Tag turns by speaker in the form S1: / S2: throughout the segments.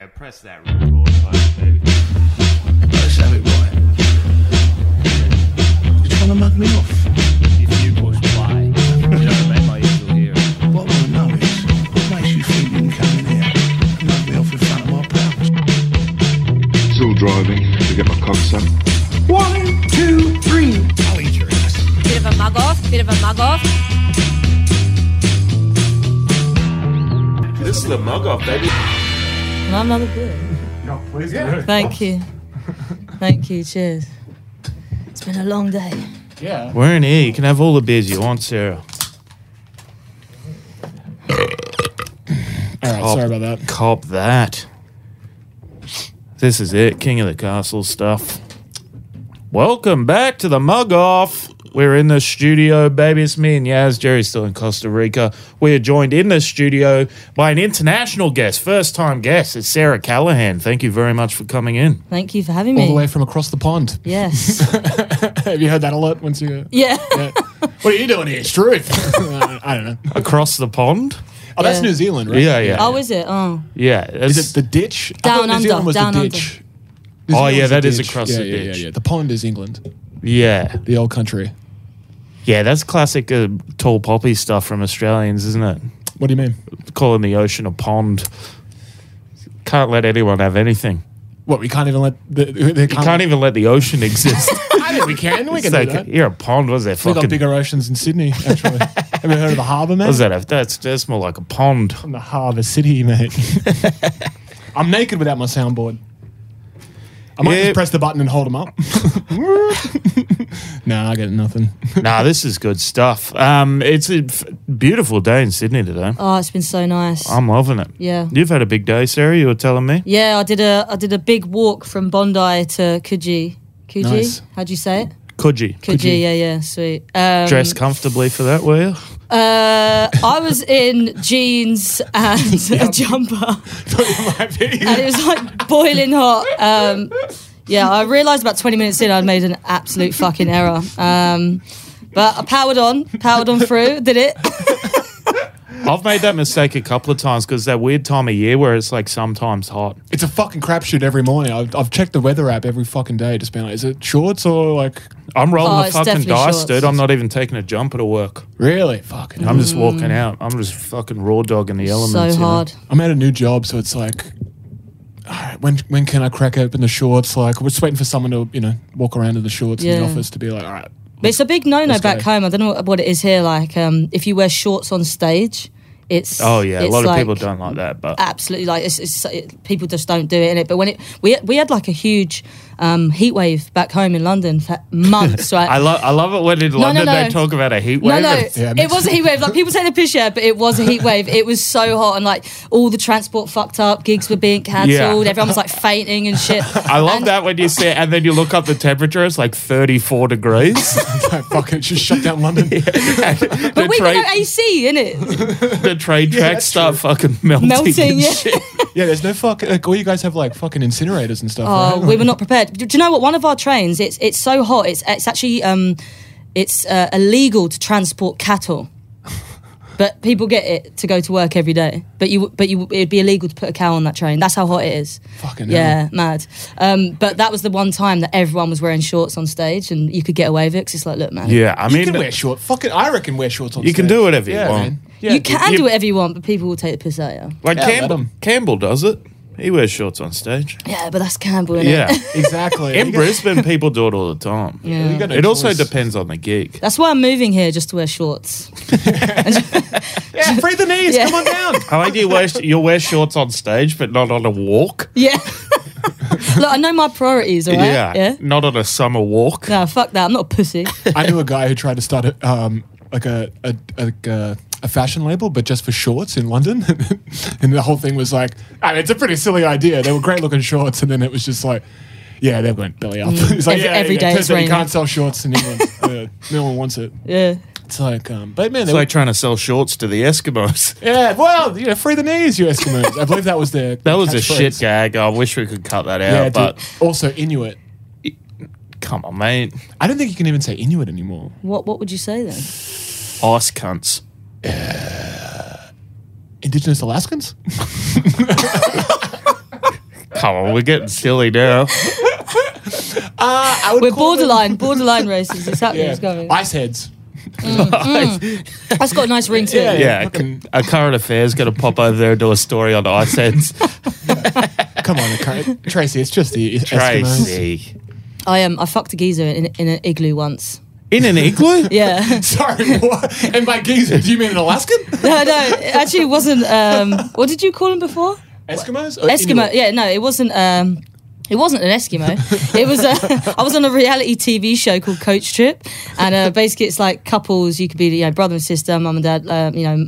S1: Yeah, press that record button, baby.
S2: Let's have it right. You're trying to mug me off.
S3: If you push play, you know what I mean? Like you'll hear.
S2: What I want to know is what makes you think you can come in here and mug me off in front of my pals?
S4: Still driving to get my cocks up.
S5: Bit of a mug off, bit of a mug off.
S6: This is the mug off, baby.
S7: My mama good. Thank you. Thank you. Cheers. It's been a long day.
S3: We're in here. You can have all the beers you want, Sarah.
S8: All right,
S3: Cop-
S8: sorry about that.
S3: Cop that. This is it. King of the Castle stuff. Welcome back to the Mug Off. We're in the studio, baby. It's me and Yaz. Jerry's still in Costa Rica. We are joined in the studio by an international guest, first time guest. It's Sarah Callahan. Thank you very much for coming in.
S7: Thank you for having
S8: All the
S7: me.
S8: way from across the pond.
S7: Yes.
S8: Have you heard that a lot? Once you,
S7: yeah.
S8: what are you doing here? It's truth. I don't know.
S3: Across the pond?
S8: Oh, that's
S7: Yeah.
S8: New Zealand, right?
S3: Yeah, yeah.
S7: Oh, is it? Oh.
S3: Yeah.
S8: Is it the ditch? I
S7: Down
S8: thought New
S7: under,
S8: Zealand was
S7: down
S8: the
S7: under.
S8: ditch.
S3: Oh,
S8: Zealand's
S3: yeah,
S8: the
S3: that is
S8: ditch.
S3: across
S8: yeah,
S3: the
S8: yeah,
S3: ditch.
S8: Yeah, yeah. The pond is England,
S3: yeah.
S8: the old country.
S3: Yeah, that's classic uh, tall poppy stuff from Australians, isn't it?
S8: What do you mean?
S3: Calling the ocean a pond. Can't let anyone have anything.
S8: What we can't even let the, they
S3: You can't even let the ocean exist.
S8: I think we can. We
S3: It's
S8: can
S3: like,
S8: do that.
S3: You're a pond. Was that
S8: We got
S3: fucking?
S8: bigger oceans in Sydney. Actually, have you heard of the harbour, man?
S3: Was that? A, that's that's more like a pond.
S8: in the harbour city, mate. I'm naked without my soundboard. I might
S3: Yeah.
S8: just press the button and hold them up. nah, I get nothing.
S3: nah, this is good stuff. Um, it's a f- beautiful day in Sydney today.
S7: Oh, it's been so nice.
S3: I'm loving it.
S7: Yeah.
S3: You've had a big day, Sarah. You were telling me.
S7: yeah, I did a I did a big walk from Bondi to Coogee. Coogee?
S8: Nice.
S7: How'd you say it?
S3: Could you
S7: Coogee, yeah, yeah, sweet. Um,
S3: dress comfortably for that? Were you?
S7: Uh, I was in jeans and a jumper. and it was like boiling hot. Um, yeah, I realised about 20 minutes in I'd made an absolute fucking error. Um, but I powered on, powered on through, did it.
S3: I've made that mistake a couple of times because that weird time of year where it's like sometimes hot.
S8: It's a fucking crapshoot every morning. I've, I've checked the weather app every fucking day, just being like, is it shorts or like
S3: I'm rolling
S7: Oh,
S3: the
S7: it's
S3: fucking
S7: definitely
S3: dice,
S7: shorts.
S3: dude. I'm not even taking a jumper to work.
S8: really fucking?
S3: I'm just walking out. I'm just fucking raw dogging the elements.
S7: Mm. so
S3: you know?
S7: hard.
S8: I'm at a new job, so it's like, alright, when when can I crack open the shorts? Like, we're just waiting for someone to you know walk around in the shorts in
S7: Yeah.
S8: the office to be like, all right,
S7: But it's a big no no
S8: Let's
S7: back
S8: go.
S7: home. I don't know what it is here. Like, um, if you wear shorts on stage, it's.
S3: Oh yeah, a
S7: it's
S3: lot of
S7: like Ah.
S3: people don't like that, but
S7: Absolutely, like it's, it's it, people just don't do it in it. But when it we we had like a huge um, heat wave back home in London for months, right?
S3: I love I love it when in London
S7: no.
S3: they talk about a heat
S7: No,
S3: wave.
S7: no,
S3: It's-
S8: Yeah, it
S7: it
S8: makes-
S7: was a heat wave. Like people take the piss, yeah, but it was a heat wave. It was so hot, and like all the transport fucked up. Gigs were being cancelled.
S3: Yeah.
S7: Everyone was like fainting and shit.
S3: I love
S7: And-
S3: that when you see it, and then you look up the temperature, it's like 34 degrees.
S8: don't fucking just shut down London.
S3: the,
S7: But we got
S3: trade,
S7: no AC in it,
S3: the train tracks
S8: that's
S3: start fucking melting.
S7: melting.
S3: and
S7: Yeah.
S3: shit.
S8: Yeah, there's no fuck. Like, all you guys have like fucking incinerators and stuff.
S7: Oh,
S8: right?
S7: we were not prepared. Do, do you know what? One of our trains, it's it's so hot. It's it's actually um, it's uh, illegal to transport cattle. But people get it to go to work every day. But you, but you, it'd be illegal to put a cow on that train. That's how hot it is.
S8: Fucking
S7: Oh, yeah,
S8: hell.
S7: mad. Um, but that was the one time that everyone was wearing shorts on stage, and you could get away with it 'cause it's like, look, man,
S3: yeah, I
S8: You
S3: mean,
S8: can wear shorts. Fucking, I reckon wear shorts on.
S3: you can
S8: stage.
S3: do whatever you
S8: Yeah,
S3: want.
S8: man.
S3: Yeah,
S7: you can
S3: you-
S7: do whatever you want, but people will take the piss out of you.
S3: Like
S8: Yeah, let
S3: Campbell,
S8: 'em.
S3: Campbell does it. He wears shorts on stage.
S7: Yeah, but that's Campbell, innit?
S3: Yeah.
S8: Exactly.
S3: In
S8: You got-
S3: Brisbane, people do it all the time.
S8: you got no
S3: It also
S8: choice.
S3: depends on the gig.
S7: That's why I'm moving here just to wear shorts.
S8: Yeah, free the knees.
S7: Yeah.
S8: Come on down.
S3: I like you wear you'll wear shorts on stage, but not on a walk.
S7: Yeah. look, I know my priorities, all right? Yeah.
S3: not on a summer walk.
S7: No, fuck that. I'm not a pussy.
S8: I knew a guy who tried to start a, um, like a a, like a a fashion label, but just for shorts in London, and the whole thing was like, I mean, it's a pretty silly idea. They were great looking shorts, and then it was just like. Yeah, they went belly up. It's like,
S7: Mm. Every-
S8: yeah,
S7: every
S8: yeah,
S7: day
S8: turns
S7: it's
S8: out You
S7: raining.
S8: can't sell shorts in England. Yeah, no one wants it.
S7: Yeah.
S8: It's like, um, but man, they
S3: It's
S8: were
S3: like trying to sell shorts to the Eskimos.
S8: Yeah, well, you know, free the knees, you Eskimos. I believe that was their.
S3: That was a
S8: catchphrase.
S3: shit gag. I wish we could cut that out,
S8: Yeah, dude.
S3: but
S8: also Inuit.
S3: come on, mate.
S8: I don't think you can even say Inuit anymore.
S7: What What would you say then?
S3: Ice cunts.
S8: Uh, Indigenous Alaskans?
S3: Come on, we're getting silly now.
S8: I would
S7: We're
S8: call them-
S7: borderline, borderline racist. It's happening. It's
S8: Yeah.
S7: going.
S8: Ice heads.
S7: That's got a nice ring to it.
S3: Yeah,
S8: Fucking-
S3: a current affairs going to pop over there and do a story on iSense.
S8: Come on, Car- Tracy. It's just the Eskimos.
S3: Tracy.
S7: I um, I fucked a geezer in, in an igloo once.
S3: In an igloo?
S7: Yeah.
S8: Sorry, what? And by geezer, do you mean an Alaskan?
S7: no, no. It actually wasn't. Um, what did you call him before?
S8: Eskimos?
S7: Eskimo. Yeah, no, it wasn't. Um, it wasn't an Eskimo. It was. A, I was on a reality TV show called Coach Trip, and uh, basically it's like couples. You could be, you know, brother and sister, mum and dad. Um, you know,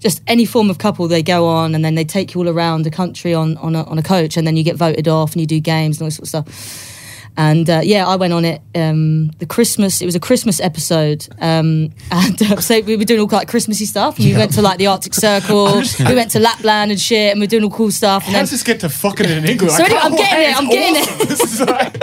S7: just any form of couple they go on, and then they take you all around the country on on a, on a coach, and then you get voted off, and you do games and all sorts of stuff. And uh, yeah, I went on it. Um, the Christmas, it was a Christmas episode, um, and uh, so we were doing all like Christmassy stuff. And We went to like the Arctic Circle, we went to Lapland and shit, and we are doing all cool stuff. And
S8: How
S7: then
S8: does this get to fucking in an igloo?
S7: So anyway, I'm getting it, I'm getting it.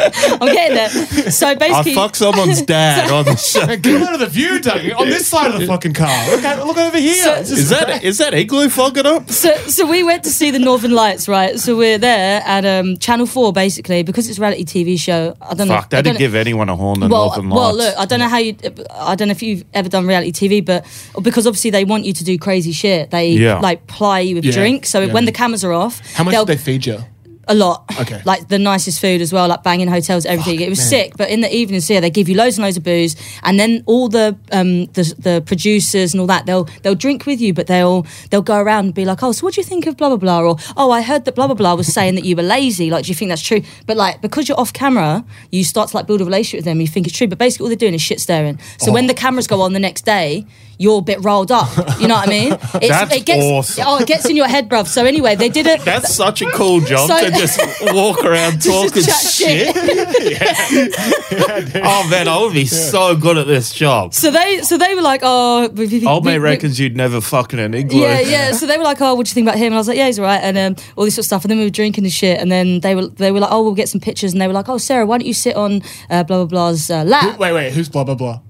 S8: it.
S7: I'm getting there. So
S3: I
S7: basically,
S3: fuck someone's dad on the show.
S8: Get out of the view, Dougie. On this side of the fucking car. Look, at, look over here.
S7: So-
S8: This
S3: Is that is that igloo fogging up?
S7: so, so we went to see the Northern Lights, right? So we're there at um, Channel Four, basically, because it's a reality TV show. I don't know.
S3: Fuck,
S7: I
S3: that'd
S7: don't know-
S3: give anyone a horn in
S7: well,
S3: Northern Lights.
S7: well, look, I don't know how you, I don't know if you've ever done reality TV, but because obviously they want you to do crazy shit. They
S3: Yeah.
S7: like ply you with
S8: Yeah,
S7: drinks. So
S8: yeah.
S7: when the cameras are off,
S8: How much
S7: they'll- Uh,
S8: did they feed you?
S7: a lot.
S8: Okay.
S7: Like the nicest food as well, like banging hotels, everything. it was
S8: man.
S7: sick. But in the evenings here, they give you loads and loads of booze, and then all the um the, the producers and all that they'll they'll drink with you, but they'll they'll go around and be like, oh, so what do you think of blah blah blah, or oh, I heard that blah blah blah was saying that you were lazy. Like, do you think that's true? But like because you're off camera, you start to like build a relationship with them. You think it's true, but basically all they're doing is shit staring. So when the cameras go on the next day. You're a bit rolled up, you know what I mean? It's,
S3: That's
S7: it gets,
S3: awesome.
S7: Oh, it gets in your head, bruv. So anyway, they did it.
S3: That's such a cool job
S7: So-
S3: to just walk around
S7: Just
S3: talking
S7: chat
S3: shit. oh man, I would be so good at this job.
S7: So they, so they were like, oh, we, we,
S3: Old
S7: we-
S3: mate
S7: we-
S3: reckons you'd never fucking an igloo.
S7: Yeah, yeah. So they were like, "Oh, what do you think about him?" And I was like, "Yeah, he's all right." And um, all this sort of stuff. And then we were drinking and shit. And then they were, they were like, "Oh, we'll get some pictures." And they were like, "Oh, Sarah, why don't you sit on uh, blah blah blah's uh, lap?"
S8: Wait, wait, who's blah, blah, blah?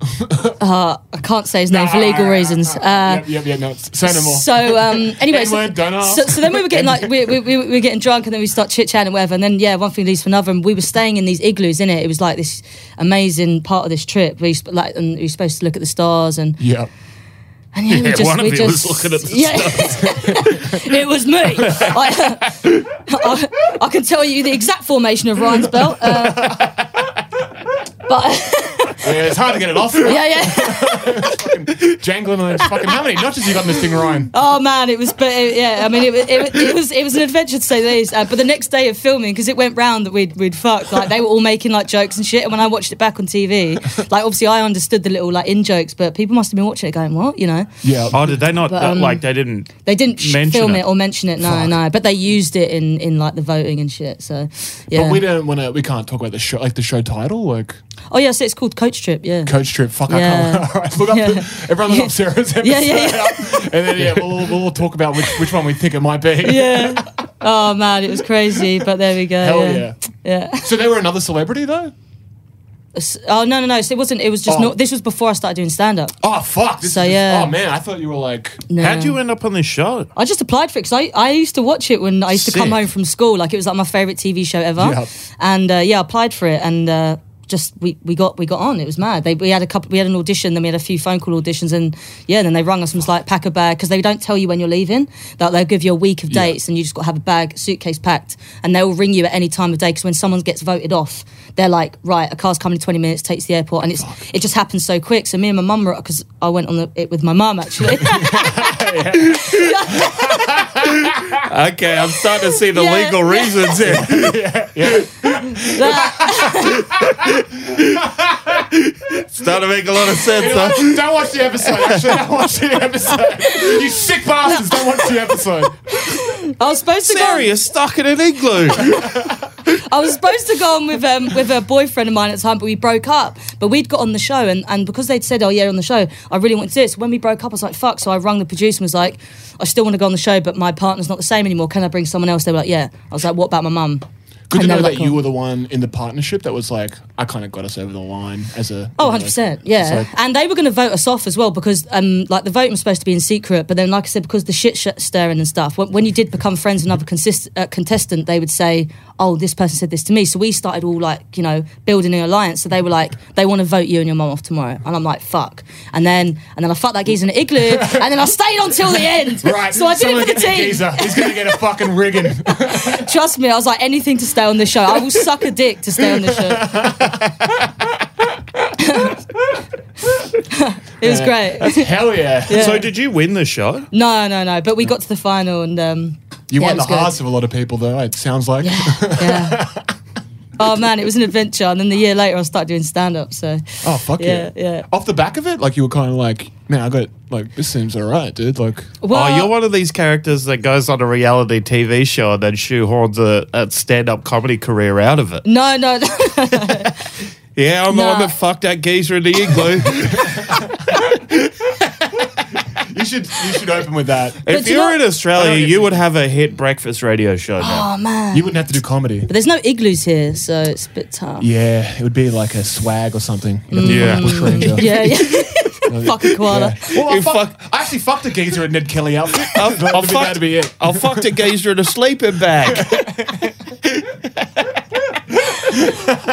S7: I can't say his name for legal reasons. Uh,
S8: Ah. yep, yep, yep, no, it's- say no more.
S7: so um, anyway, so,
S8: N-word, don't ask.
S7: so, so then we were getting like we, we, we we were getting drunk, and then we start chit chatting, whatever. And then yeah, one thing leads to another, and we were staying in these igloos. In it, it was like this amazing part of this trip. We sp- like and we were supposed to look at the stars and
S8: yep.
S7: And yeah, we
S3: Yeah,
S7: just,
S3: one of
S7: we
S3: you was
S7: just,
S3: looking at the
S7: yeah, it was me. I, I, I can tell you the exact formation of Ryan's belt. Uh, but
S8: Yeah, it's hard to get it off. Yeah.
S7: yeah, yeah.
S8: Jangling on those fucking. How many notches you got in this thing, Ryan?
S7: Oh man, it was. But it, yeah, I mean, it, was- it, was- it was it was an adventure to say the least. Uh, but the next day of filming, because it went round that we'd we'd fucked. Like they were all making like jokes and shit. And when I watched it back on TV, like obviously I understood the little like in jokes, but people must have been watching it going, what, you know?
S8: Yeah.
S3: Oh, did they not?
S7: But,
S3: uh,
S7: um,
S3: like they didn't.
S7: They didn't sh-
S3: Mention
S7: film
S3: it.
S7: it. or mention it. No, no. But they used it in in like the voting and shit. So yeah.
S8: But we don't want to. We can't talk about the show, like the show title, like
S7: Oh yeah, so it's called Coach Trip. Yeah.
S8: Coach Trip. Fuck, I
S7: Yeah.
S8: can't. All right, look up.
S7: Yeah.
S8: The, everyone look up Sarah's episode.
S7: Yeah, yeah, yeah.
S8: and then yeah, we'll, we'll talk about which, which one we think it might be.
S7: yeah. Oh man, it was crazy. But there we go.
S8: Hell
S7: yeah. Yeah.
S8: So they were another celebrity though.
S7: S- Oh no, no, no. So it wasn't. It was just
S8: Oh.
S7: not. This was before I started doing stand up.
S8: Oh fuck. This
S7: So,
S8: is,
S7: yeah.
S8: Oh man, I thought you were like.
S7: No.
S3: How'd you end up on this show?
S7: I just applied for it because I, I used to watch it when I used to come
S3: Sick.
S7: home from school. Like it was like my favorite TV show ever.
S8: Yep.
S7: And uh, yeah, I applied for it and. Uh, just we, we got we got on. It was mad. They, we had a couple. We had an audition. Then we had a few phone call auditions, and yeah, then they rung us and was like, pack a bag because they don't tell you when you're leaving. They'll, they'll give you a week of dates, and you just got to have a bag, suitcase packed, and they'll ring you at any time of day. Because when someone gets voted off, they're like, right, a car's coming in 20 minutes, takes the airport, and it's it just happens so quick. So me and my mum were because I went on the, it with my mum actually.
S3: Okay, I'm starting to see the
S7: Yeah.
S3: legal reasons here.
S7: That-
S3: starting to make a lot of sense. huh?
S8: Don't watch the episode. Actually, don't watch the episode. You sick bastards! Don't watch the episode.
S7: I was supposed to go.
S3: Sarah, you're stuck in an igloo.
S7: I was supposed to go on with um, with a boyfriend of mine at the time, but we broke up. But we'd got on the show, and, and because they'd said, "Oh yeah, on the show," I really wanted to do it. So when we broke up, I was like, "Fuck!" So I rung the producer and was like, "I still want to go on the show, but my partner's not the same anymore. Can I bring someone else?" They were like, "Yeah." I was like, "What about my mum?"
S8: Good to
S7: I know
S8: know
S7: that
S8: that you
S7: guy.
S8: were the one in the partnership that was like, I kind of got us over the line as a.
S7: Oh,
S8: you know,
S7: 100%.
S8: it's
S7: Yeah.
S8: like-
S7: And they were going to vote us off as well because, um, like, the voting was supposed to be in secret. But then, like I said, because the shit sh- stirring and stuff, when, when you did become friends with another consist- uh, contestant, they would say, Oh, this person said this to me. So we started all, like, you know, building an alliance. So they were like, They want to vote you and your mum off tomorrow. And I'm like, Fuck. And then, and then I fucked that geezer in an igloo. and then I stayed until the end.
S8: Right.
S7: So I did
S8: someone
S7: it for the
S8: get that
S7: team.
S8: geezer. He's going to get a fucking rigging.
S7: Trust me, I was like, anything to stay on this show. I will suck a dick to stay on this show. it was great.
S8: Hell yeah.
S3: So did you win the show?
S7: No, no, no. But we got to the final and um,
S8: You
S7: Yeah,
S8: won
S7: it
S8: the
S7: was good.
S8: hearts of a lot of people, though, it sounds like.
S7: yeah. Oh man, it was an adventure. And then the year later, I started doing stand up. So
S8: Oh, fuck
S7: yeah,
S8: yeah.
S7: yeah.
S8: Off the back of it, like, you were kind of like, man, I got, like, this seems all right, dude. Like,
S7: Well,
S3: oh, you're one of these characters that goes on a reality TV show and then shoehorns a, a stand-up comedy career out of it.
S7: no, no, no.
S3: Yeah, I'm the one
S7: Nah.
S3: that fucked that geezer in the igloo.
S8: you should you should open with that.
S3: if
S7: do you
S3: you were
S7: know-
S3: in Australia, you would have a hit breakfast radio show now.
S7: Oh man.
S8: You wouldn't have to do comedy.
S7: But there's no igloos here, so it's a bit tough.
S8: Yeah, it would be like a swag or something.
S7: Oh.
S3: Yeah.
S8: Bush ranger.
S7: Mm. yeah. yeah. Fucking koala.
S8: Well, I,
S3: You
S8: fuck, I actually fucked a geezer in Ned Kelly outfit. That'd be-
S3: fucked-
S8: that'd be it.
S3: I fucked a geezer in a sleeping bag.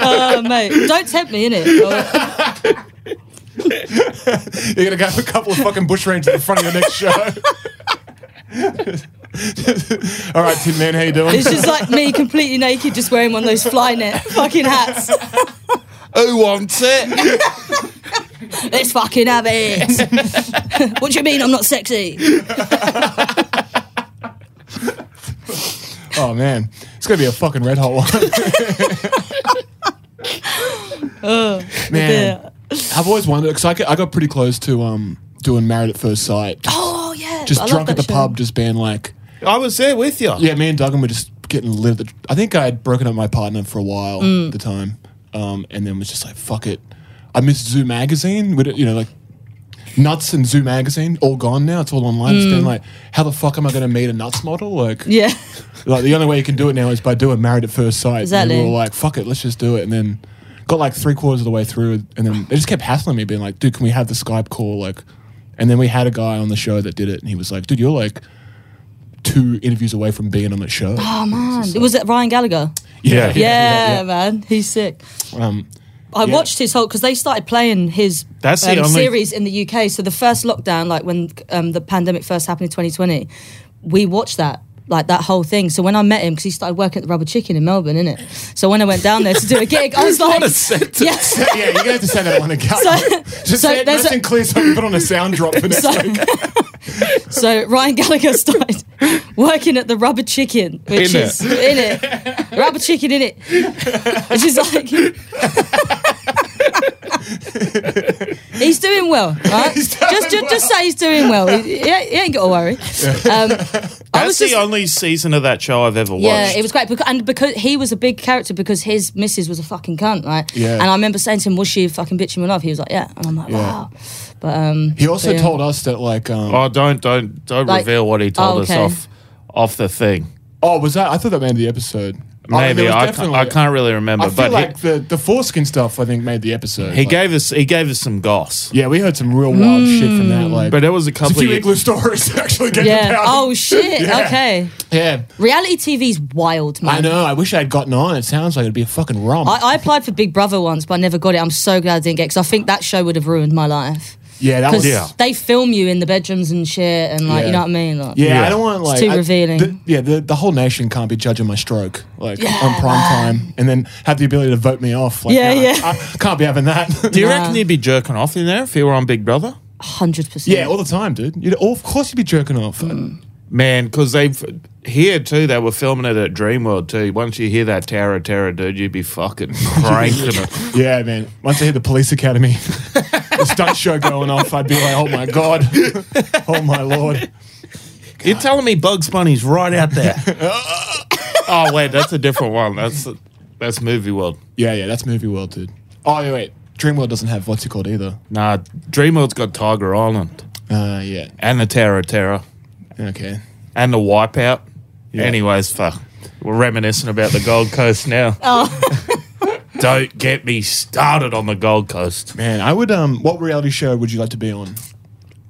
S7: Oh mate, don't tempt me Oh, in it.
S8: You're gonna have a couple of fucking bush rangers in front of your next show. All right, Tin Man, how you doing?
S7: It's just like me completely naked, just wearing one of those fly net fucking hats.
S3: Who wants it?
S7: Let's fucking have it. what do you mean I'm not sexy?
S8: oh man, it's gonna be a fucking red hot one. man,
S7: Uh, Yeah.
S8: I've always wondered because I, got- I got pretty close to um doing Married at First Sight.
S7: Oh yeah.
S8: Just
S7: I love
S8: drunk at
S7: that
S8: the
S7: show.
S8: pub, just being like,
S3: I was there with you.
S8: Yeah, me and Duggan were just getting lit. At the, I think I had broken up with my partner for a while at the time, um, and then was just like, "Fuck it." I missed Zoo magazine. With it, you know, like nuts and Zoo magazine all gone now. It's all online. It's been like, how the fuck am I going to meet a nuts model? Like,
S7: Yeah.
S8: like the only way you can do it now is by doing Married at First Sight.
S7: Exactly.
S8: And we were like, "Fuck it, let's just do it." And then got like three quarters of the way through, and then they just kept hassling me, being like, "Dude, can we have the Skype call?" Like, and then we had a guy on the show that did it, and he was like, "Dude, you're like." Two interviews away from being on the show.
S7: Oh man. Was it Ryan Gallagher?
S3: Yeah.
S7: Yeah, man. He's sick.
S8: Um,
S7: I
S8: Yeah.
S7: watched his whole because they started playing his
S3: That's the
S7: um,
S3: only-
S7: series in the UK. So the first lockdown, like when um, the pandemic first happened in 2020, we watched that. Like that whole thing. So when I met him, because he started working at the Rubber Chicken in Melbourne, innit? So when I went down there to do a gig, I was like,
S3: What a sentence.
S7: Yes.
S8: yeah, you're gonna have to say that one again.
S7: So-
S8: just
S7: so
S8: say it
S7: there's
S8: nice
S7: a-
S8: and clear, so I can put on a sound drop for next time.
S7: So Ryan Gallagher started working at the Rubber Chicken, which
S3: In
S7: is in it, Rubber Chicken in it, which is like he's doing well, right?
S8: He's
S7: just,
S8: doing
S7: just, just
S8: well.
S7: say he's doing well. He, he ain't he ain't got to worry. Um, I
S3: That's
S7: was
S3: the
S7: just,
S3: only season of that show I've ever watched.
S7: yeah, it was great, because, and because he was a big character because his missus was a fucking cunt, right?
S8: Yeah.
S7: And I remember saying to him, "Was she fucking bitching me off?" He was like, "Yeah," and I'm like,
S8: Yeah.
S7: "Wow." But um,
S8: He also
S7: Yeah.
S8: told us that, like, um,
S3: Oh, don't don't don't
S7: Like-
S3: reveal what he told
S7: Oh, okay.
S3: us off off the thing.
S8: oh, was that? I thought that made the episode. Oh, there
S3: Maybe
S8: was
S3: I, can't,
S8: definitely-
S3: I can't really remember,
S8: I feel
S3: but he-
S8: like the the foreskin stuff. I think made the episode.
S3: he,
S8: Like,
S3: gave us he gave us some goss.
S8: Yeah, we heard some real wild shit from that. Like,
S3: Mm. But there was a
S8: there's a
S3: couple
S8: few
S3: of
S8: igloo stories actually. Getting
S7: yeah.
S8: about.
S7: Oh shit. Okay.
S8: yeah.
S7: Reality TV's wild, man.
S8: I know. I wish I'd gotten on. It sounds like it'd be a fucking romp.
S7: I, I applied for Big Brother once, but I never got it. I'm so glad I didn't get it because I think that show would have ruined my life.
S8: yeah, that
S7: Because
S8: was.
S7: they film you in the bedrooms and shit, and like, you
S8: Yeah.
S7: know what I mean? Like,
S8: Yeah,
S3: Yeah.
S8: I don't want like
S7: too
S8: I-
S7: revealing.
S8: the- yeah, the, the whole nation can't be judging my stroke like
S7: Yeah,
S8: on prime time, and then have the ability to vote me off. Like,
S7: Yeah,
S8: nah,
S7: yeah.
S8: I can't be having that.
S3: Do you reckon he'd be jerking off in there if he were on Big Brother?
S7: 100%.
S8: yeah, all the time, dude. You'd, oh, of course you'd be jerking off.
S7: Mm.
S3: Man, because they've here too. They were filming it at Dreamworld too. Once you hear that Terra Terra, dude, you'd be fucking cranking it.
S8: Yeah, man. Once I hit the police academy, the stunt show going off, I'd be like, oh my god, oh my lord.
S3: You're telling me Bugs Bunny's right out there? oh wait, that's a different one. That's that's Movie World.
S8: Yeah, yeah, that's movie world, dude. Oh yeah, wait, Dreamworld doesn't have what's it called either.
S3: Nah, Dreamworld's got Tiger Island
S8: Uh, yeah,
S3: and the Terra Terra
S8: okay.
S3: and the Wipeout.
S8: Yeah.
S3: Anyways, fuck. We're reminiscing about the Gold Coast now. Don't get me started on the Gold Coast.
S8: Man, I would. Um, what reality show would you like to be on?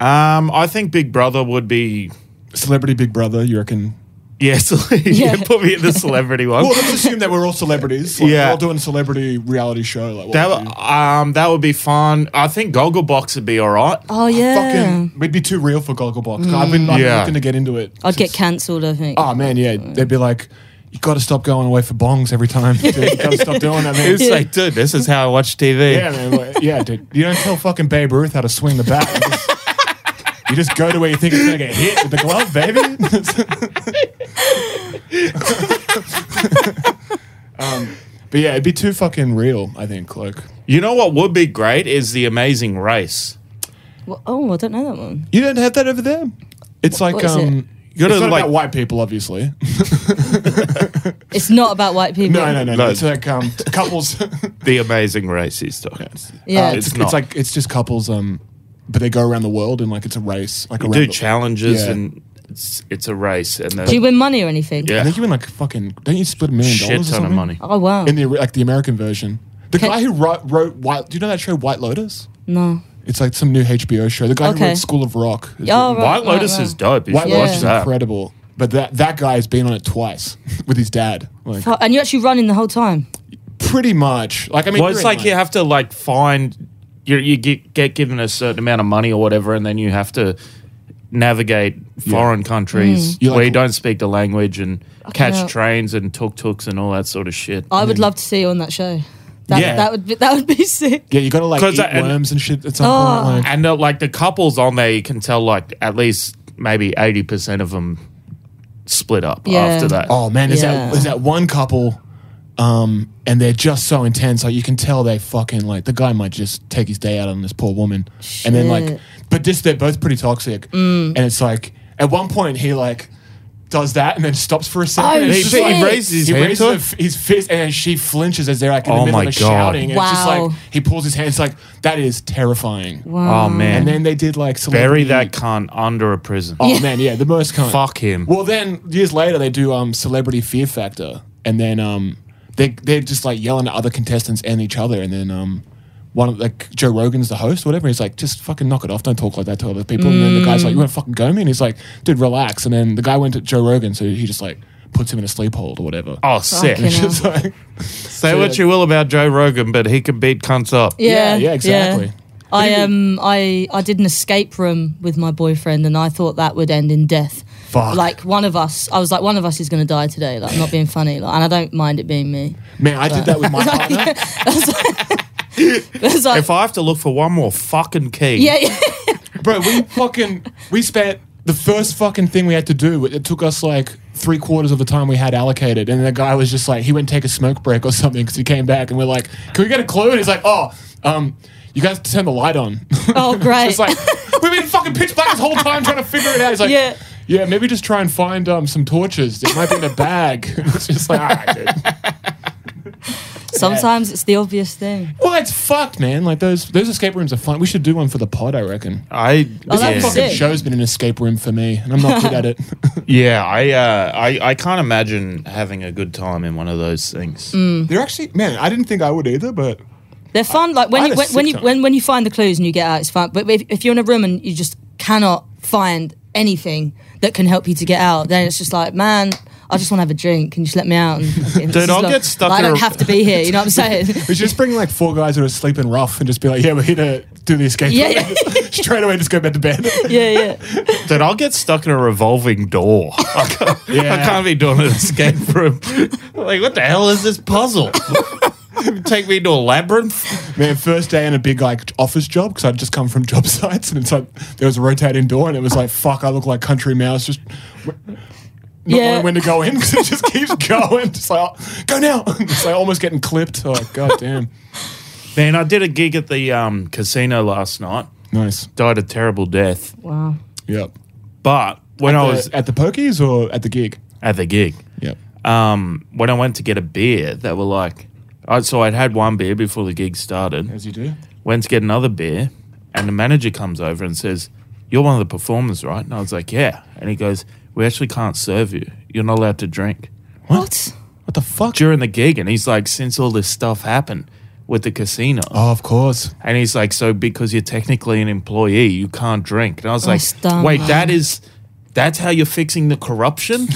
S3: Um, I think Big Brother would be
S8: Celebrity Big Brother, you reckon?
S3: yes. Yeah,
S7: Yeah.
S3: put me in the celebrity one.
S8: Well, let's assume that we're all celebrities. Like,
S3: Yeah.
S8: we're all doing a celebrity reality show. Like, what
S3: that
S8: would you-
S3: w- um that would be fun. I think Gogglebox would be all right.
S7: Oh yeah.
S8: fucking, we'd be too real for Gogglebox. I've been not
S3: Mm. Yeah.
S8: looking to get into it.
S7: I'd get cancelled. I think.
S8: Oh man, yeah, they'd be like, you got to stop going away for bongs every time. Dude, you got to stop doing that. Man.
S3: It's like, dude, this is how I watch TV.
S8: yeah, man, like, yeah, dude. You don't tell fucking Babe Ruth how to swing the bat. You just, you just go to where you think it's gonna get hit with the glove, baby. um, but yeah, it'd be too fucking real. I think, like,
S3: You know what would be great is the Amazing Race.
S7: Well, oh, I don't know that one.
S8: you don't have that over there. It's like,
S7: What is it?
S8: um,
S3: You
S8: it's
S3: gotta
S8: not
S3: like
S8: about white people, obviously.
S7: It's not about white people.
S8: No, no, no, no.
S3: No.
S8: It's like um, couples.
S3: the Amazing Race he's talking.
S7: Yeah.
S3: Uh,
S8: Ah, it's,
S3: It's
S8: it's,
S3: not.
S8: like it's just couples um but they go around the world and like it's a race like around
S3: Do
S8: the-
S3: challenges
S8: Yeah.
S3: and it's, it's a race and then
S7: Do you win money or anything?
S8: i
S3: yeah,
S8: think you win like fucking don't you split a million dollars
S3: shit
S8: or
S3: ton of
S8: something?
S3: money.
S7: Oh wow.
S8: in the like the american version the
S7: Can-
S8: guy who wrote, wrote white do you know that show white lotus
S7: no.
S8: it's like some new hbo show the guy who
S7: Okay.
S8: wrote school of rock has
S7: Oh,
S8: written-
S3: White
S7: right,
S3: Lotus
S7: right, right.
S3: is dope. You
S8: white
S3: should
S7: Yeah.
S8: lotus
S3: watch
S8: is
S3: that.
S8: incredible but that that guy has been on it twice with his dad like
S7: Fu- And you actually running the whole time.
S8: pretty much like i mean
S3: Well,
S8: you're
S3: it's
S8: in,
S3: like you have to like find you you get, get given a certain amount of money or whatever, and then you have to navigate foreign countries
S8: You Mm. like-
S3: where you don't speak the language and catch
S7: hell.
S3: trains and tuk tuks and all that sort of shit.
S7: I would love to see you on that show. That,
S3: Yeah.
S7: that would be that would be sick.
S8: yeah you gotta like
S3: 'Cause
S8: eat
S3: I- and-
S8: worms and shit at some
S7: Oh.
S8: point like
S3: and uh, like the couples on there, you can tell like at least maybe eighty percent of them split up
S7: Yeah.
S3: after that.
S8: Oh man, there's
S7: Yeah.
S8: that there's that one couple, um, and they're just so intense. Like you can tell they fucking like the guy might just take his day out on this poor woman, and then like,
S7: Shit. Mm.
S8: but just they're both pretty toxic, and it's like at one point he like does that and then stops for a second.
S7: Oh,
S8: and it's
S3: he,
S8: just
S3: he
S7: shit.
S8: like-
S3: raises his
S8: he
S3: hand
S8: raises
S3: to
S8: her
S3: it.
S8: f- his fist and then she flinches as they're like in the
S3: Oh
S8: middle
S3: my
S8: of a
S3: God.
S8: shouting. And It's just
S7: Wow.
S8: like he pulls his hand. It's like that is terrifying.
S3: Oh
S8: And
S3: man,
S8: then they did like
S3: bury
S8: celebrity-
S3: that cunt under a prison.
S8: Oh man, yeah, the most kind.
S3: Fuck him.
S8: Well, then years later they do um Celebrity Fear Factor, and then um they they're just like yelling at other contestants and each other, and then um one of like Joe Rogan's the host, or whatever. He's like, just fucking knock it off, don't talk like that to other people. And then the guy's like, you want to fucking go me? And he's like, dude, relax. And then the guy went to Joe Rogan, so he just like puts him in a sleep hold or whatever.
S3: Oh, sick.
S7: Fucking hell.
S8: Just like-
S3: Say what you will about Joe Rogan, but he can beat cunts up.
S7: Yeah,
S8: yeah, exactly.
S7: I um I I did an escape room with my boyfriend and I thought that would end in death.
S8: Fuck.
S7: Like one of us, I was like, one of us is going to die today. Like, I'm not being funny, like, and I don't mind it being me.
S8: Man, I did that with my partner.
S7: It's like,
S3: If I have to look for one more fucking key,
S7: yeah, yeah,
S8: Bro, we fucking we spent the first fucking thing we had to do. It took us like three quarters of the time we had allocated, and the guy was just like, he went take a smoke break or something because he came back, and we're like, can we get a clue? And he's like, oh, um, you guys have to turn the light on.
S7: oh great.
S8: it's like we've been fucking pitch black this whole time trying to figure it out. He's like,
S7: Yeah.
S8: yeah. Yeah, maybe just try and find um, some torches. It might be in a bag. it's just like, all right, dude.
S7: Sometimes it's the obvious thing.
S8: Well, it's fucked, man. Like those those escape rooms are fun. We should do one for the pod, I reckon.
S3: I
S7: that'd be
S3: yeah,
S7: sick.
S8: Oh, Fucking show's been an escape room for me, and I'm not good at it.
S3: yeah, I, uh, I I can't imagine having a good time in one of those things.
S8: They're actually, man, I didn't think I would either, but
S7: They're fun. Like
S8: I
S7: when
S8: had
S7: you,
S8: a
S7: when,
S8: sick
S7: when you
S8: time.
S7: when when you find the clues and you get out, it's fun. But if, if you're in a room and you just cannot find anything that can help you to get out, then it's just like, man, I just want to have a drink. Can you just let me out? And, Dude,
S3: I'll get stuck
S7: I
S3: in
S7: don't
S3: a-
S7: have to be here. You know what I'm saying?
S8: we should just bring like four guys who are sleeping rough and just be like, yeah, we're here to do the escape.
S7: Yeah,
S8: room." Straight away, just go back to bed.
S7: yeah, yeah.
S3: Dude, I'll get stuck in a revolving door. I can't,
S8: Yeah.
S3: I can't be doing an escape room. like, what the hell is this puzzle? Take me to a labyrinth.
S8: Man, first day in a big like office job because I'd just come from job sites and it's like there was a rotating door and it was like, fuck, I look like Country Mouse just w- not
S7: Yeah.
S8: knowing when to go in because it just keeps going. Just like, "Oh, go now. It's like almost getting clipped. Oh, god damn.
S3: Man, I did a gig at the um, casino last night.
S8: Nice.
S3: Died a terrible death.
S7: Wow.
S8: Yep.
S3: But when I was
S8: Uh, at the pokies or at the gig?
S3: at the gig,
S8: Yep.
S3: um, when I went to get a beer, they were like, I, so I'd had one beer before the gig started,
S8: As you do.
S3: went to get another beer, and the manager comes over and says, You're one of the performers, right? And I was like, Yeah. And he goes, We actually can't serve you. You're not allowed to drink.
S7: What?
S8: What the fuck?
S3: during the gig, and he's like, since all this stuff happened with the casino,
S8: oh, of course.
S3: and he's like, so because you're technically an employee, you can't drink. And I was like,
S7: stump.
S3: wait, that is. That's how you're fixing the corruption.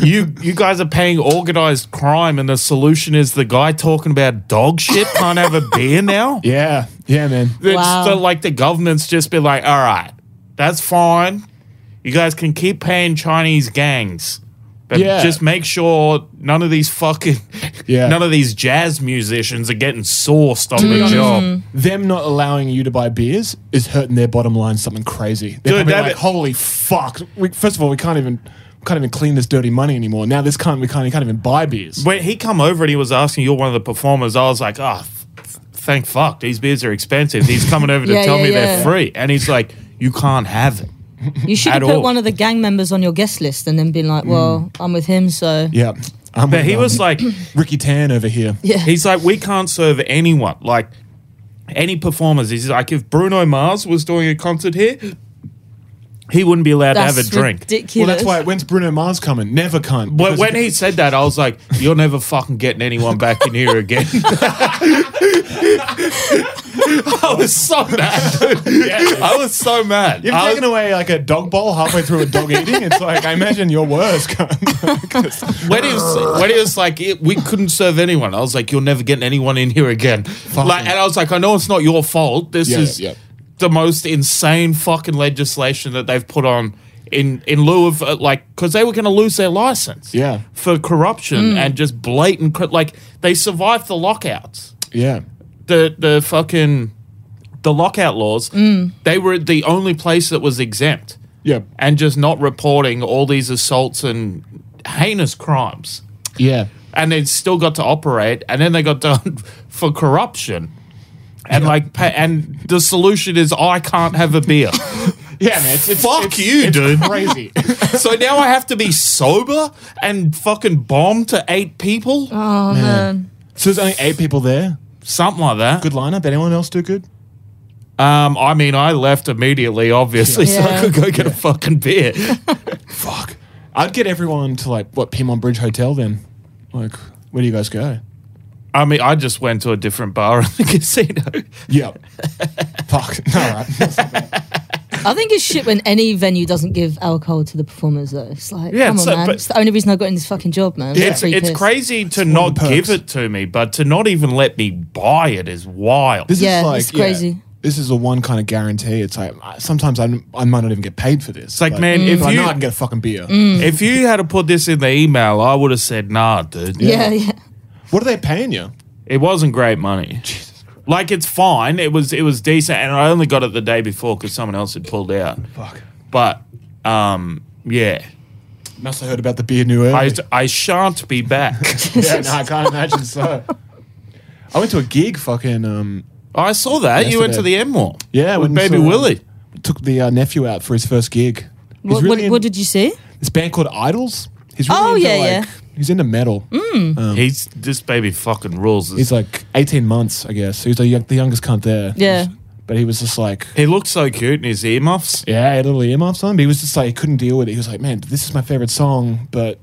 S3: you you guys are paying organized crime, and the solution is the guy talking about dog shit can't have a beer now.
S8: Yeah, yeah, man.
S3: It's
S7: Wow.
S3: so, like the government's just been like, all right, that's fine. You guys can keep paying Chinese gangs. But
S8: Yeah.
S3: just make sure none of these fucking
S8: Yeah.
S3: none of these jazz musicians are getting sourced on the job.
S8: Them not allowing you to buy beers is hurting their bottom line something crazy. They're
S3: Dude,
S8: probably
S3: that-
S8: like, holy fuck. We, first of all, we can't even we can't even clean this dirty money anymore. Now this can't we can't, we can't even buy beers.
S3: When he come over and he was asking you're one of the performers, I was like, oh, f- thank fuck, these beers are expensive. He's coming over to
S7: Yeah,
S3: tell
S7: yeah,
S3: me
S7: yeah.
S3: they're free. And he's like, you can't have it.
S7: You should
S3: At
S7: have put
S3: all. Hmm.
S7: one of the gang members on your guest list and then been like, well, I'm with him, so.
S8: Yeah. I'm
S3: But he
S8: um,
S3: was like,
S8: Ricky Tan over here.
S7: Yeah.
S3: He's like, we can't serve anyone, like any performers. He's like, if Bruno Mars was doing a concert here, he wouldn't be allowed
S7: That's
S3: to have a drink.
S7: ridiculous.
S8: Well, that's why. When's Bruno Mars coming? Never cunt.
S3: But
S8: Because-
S3: when he said that, I was like, "You're never fucking getting anyone back in here again." I was so mad. I was so mad.
S8: You've
S3: I was-
S8: taken away like a dog bowl halfway through a dog eating. It's like I imagine you're worse.
S3: when he was when he was like "It- we couldn't serve anyone, I was like, "You're never getting anyone in here again." Like, and I was like, "I know it's not your fault. This
S8: Yeah,
S3: is
S8: yeah.
S3: the most insane fucking legislation that they've put on in in lieu of uh, like because they were going to lose their license,
S8: Yeah.
S3: for corruption and just blatant cor- like they survived the lockouts,
S8: yeah.
S3: the the fucking the lockout laws. They were the only place that was exempt
S8: Yeah.
S3: and just not reporting all these assaults and heinous crimes
S8: Yeah.
S3: and they still got to operate, and then they got done for corruption. And like, pa- and the solution is I can't have a beer.
S8: Yeah, man. It's, it's,
S3: Fuck
S8: it's-
S3: you,
S8: it's
S3: dude.
S8: Crazy.
S3: so now I have to be sober and fucking bomb to eight people,
S7: Oh, man.
S8: so there's only eight people there.
S3: something like that.
S8: Good lineup. Anyone else do good?
S3: Um, I mean, I left immediately, obviously, so I
S7: Yeah.
S3: could go get a fucking beer.
S8: Fuck. I'd get everyone to like what Piedmont Bridge Hotel then. Like, where do you guys go?
S3: I mean, I just went to a different bar in the casino.
S8: Yeah. Fuck. All right.
S7: I think it's shit when any venue doesn't give alcohol to the performers, though. It's like,
S3: Yeah,
S7: come on,
S3: so-
S7: man.
S3: but-
S7: it's the only reason I got in this fucking job, man.
S3: It's, it's crazy to
S8: one of
S3: not
S8: the
S3: give
S8: perks.
S3: it to me, but to not even let me buy it is wild.
S8: This
S7: Yeah,
S8: is like
S7: it's crazy.
S8: this is the one kind of guarantee. It's like I- sometimes I'm, I might not even get paid for this. It's
S3: like, man, if
S8: I
S3: you-
S8: know I can get a fucking beer.
S7: Mm.
S3: If you had to put this in the email, I would have said, nah, dude.
S7: Yeah, yeah.
S8: What are they paying you?
S3: It wasn't great money. Like it's fine. It was it was decent, and I only got it the day before because someone else had pulled out.
S8: Fuck.
S3: But um, yeah,
S8: Must have heard about the beer new early.
S3: I I shan't be back.
S8: yeah, no, I can't imagine so. I went to a gig, fucking um,
S3: I saw that you went to the
S8: Yesterday.
S3: Enmore.
S8: Yeah,
S3: with
S8: went and
S3: Baby
S8: saw-
S3: Willie.
S8: took the uh, nephew out for his first gig. He's
S7: What,
S8: really
S7: what, what
S8: in-
S7: did you see?
S8: this band called Idols? He's really
S7: Oh,
S8: into,
S7: yeah,
S8: like,
S7: yeah. Mm.
S8: He's into metal.
S3: He's this baby fucking rules.
S8: Um, He's like eighteen months, I guess. He was the, young, the youngest cunt there.
S7: Yeah.
S8: but he was just like.
S3: he looked so cute in his earmuffs.
S8: Yeah, he had little earmuffs on. But he was just like, he couldn't deal with it. He was like, man, this is my favorite song, but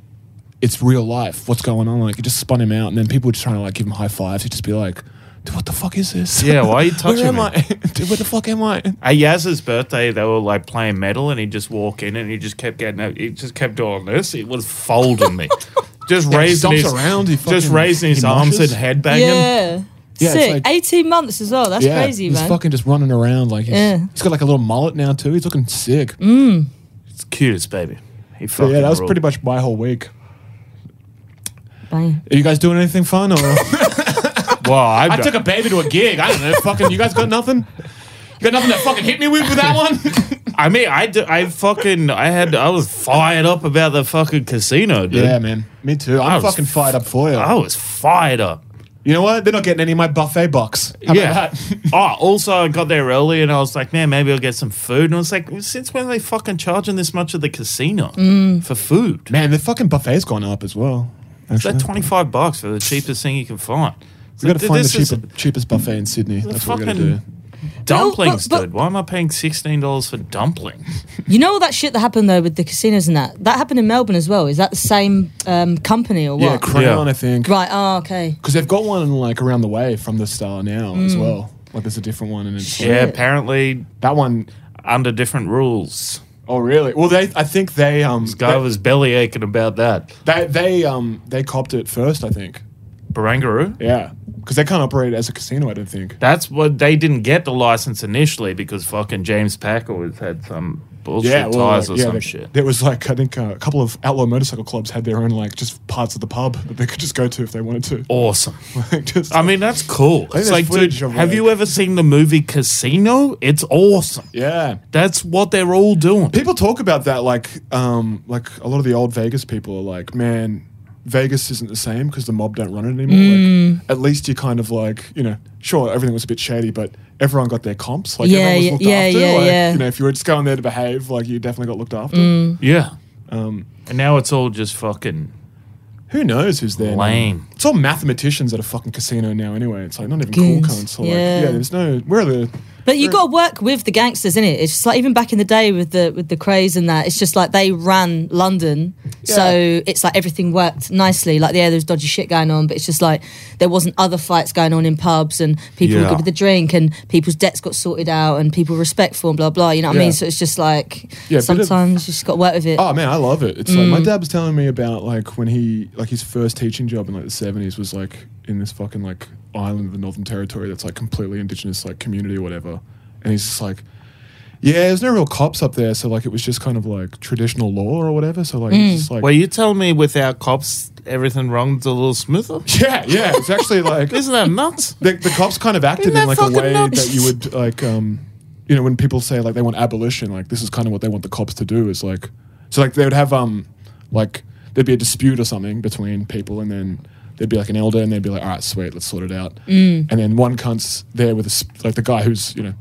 S8: it's real life. What's going on? Like, it just spun him out. And then people were just trying to like give him high fives. He'd just be like, dude, what the fuck is this?
S3: Yeah, why are you touching
S8: Where am
S3: me?
S8: I? Dude, where the fuck am I?
S3: At Yaz's birthday, they were like playing metal, and he'd just walk in, and he just kept getting, he just kept doing this. It was folding me, just raising
S8: stomps
S3: his
S8: around, he
S3: just
S8: fucking-
S3: raising his
S8: he
S3: arms and
S8: marches.
S3: headbanging.
S7: Yeah.
S8: Yeah, it's
S7: Sick.
S8: like-
S7: 18 months as well. That's
S8: yeah,
S7: crazy,
S8: he's
S7: man.
S8: fucking just running around like he's,
S7: Yeah. Mm.
S8: he's got like a little mullet now too. He's looking sick.
S3: It's cutest baby. He
S8: But
S3: fucking
S8: yeah, that was
S3: ruled.
S8: pretty much my whole week.
S7: Bang.
S8: Are you guys doing anything fun? Or
S3: Well, I,
S8: I took a baby to a gig. I don't know. Fucking, you guys got nothing? You got nothing that fucking hit me with with that one?
S3: I mean, I, d- I fucking, I had, I was fired up about the fucking casino, dude.
S8: yeah, man. Me too.
S3: I
S8: I'm
S3: was
S8: fucking fired up for you.
S3: I was fired up.
S8: You know what? They're not getting any of my buffet box. How about
S3: yeah.
S8: that?
S3: oh, also, I got there early, and I was like, man, maybe I'll get some food. And I was like, since when are they fucking charging this much at the casino for food?
S8: Man, the fucking buffet's gone up as well.
S3: It's
S8: Actually.
S3: like 25 bucks for the cheapest thing you can find.
S8: we got to
S3: Th-
S8: find the
S3: this is-
S8: cheapest, cheapest buffet in Sydney. That's what we're going to
S3: fucking-
S8: do.
S3: Dumplings,
S7: but- but-
S3: dude. Why am I paying sixteen dollars for dumplings?
S7: You know all that shit that happened though with the casinos and that? That happened in Melbourne as well. Is that the same um, company or what?
S8: Yeah, Crown,
S3: Yeah.
S8: I think.
S7: right. Oh, okay.
S8: Because they've got one like around the way from the star now as well. Like there's a different one, and it's like-
S3: Yeah, apparently
S8: that one
S3: under different rules.
S8: oh really? Well, they I think they um
S3: This guy
S8: they,
S3: was belly aching about that.
S8: they they um they copped it first, I think.
S3: Barangaroo.
S8: Yeah, because they can't operate as a casino, I don't think.
S3: That's what they didn't get the license initially because fucking James Pack always had some bullshit
S8: Yeah, well,
S3: ties
S8: like,
S3: or
S8: yeah,
S3: some
S8: they-
S3: shit.
S8: There was like I think uh, a couple of outlaw motorcycle clubs had their own like just parts of the pub that they could just go to if they wanted to.
S3: Awesome.
S8: Like, just,
S3: I mean, that's cool. It's
S8: think there's
S3: like, dude,
S8: footage of,
S3: have
S8: like-
S3: you ever seen the movie Casino? It's awesome.
S8: yeah.
S3: That's what they're all doing.
S8: People talk about that like um like a lot of the old Vegas people are like, man, Vegas isn't the same because the mob don't run it anymore. Like, at least you kind of like you know, sure everything was a bit shady, but everyone got their comps. Like
S7: Yeah,
S8: everyone was
S7: yeah,
S8: looked
S7: yeah,
S8: after.
S7: yeah,
S8: like,
S7: yeah.
S8: You know, if you were just going there to behave, like you definitely got looked after.
S3: Yeah. and now it's all just fucking
S8: Who knows who's there? now?
S3: lame.
S8: It's all mathematicians at a fucking casino now. Anyway, it's like not even
S7: Goons,
S8: cool cunts. Or like,
S7: yeah.
S8: yeah, there's no where are the
S7: But you got to work with the gangsters, innit? It's just like even back in the day with the with the craze and that. It's just like they ran London, so it's like everything worked nicely. Like yeah, there's dodgy shit going on, but it's just like there wasn't other fights going on in pubs, and people were
S3: Yeah.
S7: good with the drink, and people's debts got sorted out, and people were respectful and blah blah. You know what I
S8: Yeah.
S7: mean? So it's just like
S8: Yeah, bit of-
S7: sometimes you just got to work with it.
S8: Oh man, I love it. It's like my
S7: Mm.
S8: dad was telling me about like when he like his first teaching job in like the seventies was like in this fucking like island of the Northern Territory that's like completely indigenous like community or whatever. And he's just like Yeah, there's no real cops up there, so like it was just kind of like traditional law or whatever. So like
S7: Mm.
S8: it's just like
S3: Well, you tell me without cops, everything wrong's a little smoother?
S8: Yeah, yeah. It's actually like the,
S3: Isn't that nuts?
S8: the cops kind of acted
S3: Isn't
S8: in
S3: that
S8: like a
S3: fucking
S8: way
S3: nuts?
S8: that you would like um you know, when people say like they want abolition, like this is kind of what they want the cops to do is like so like they would have um like there'd be a dispute or something between people and then there'd be like an elder and they'd be like, all right, sweet, let's sort it out.
S3: Mm.
S8: And then one cunt's there with a, s- like the guy who's, you know,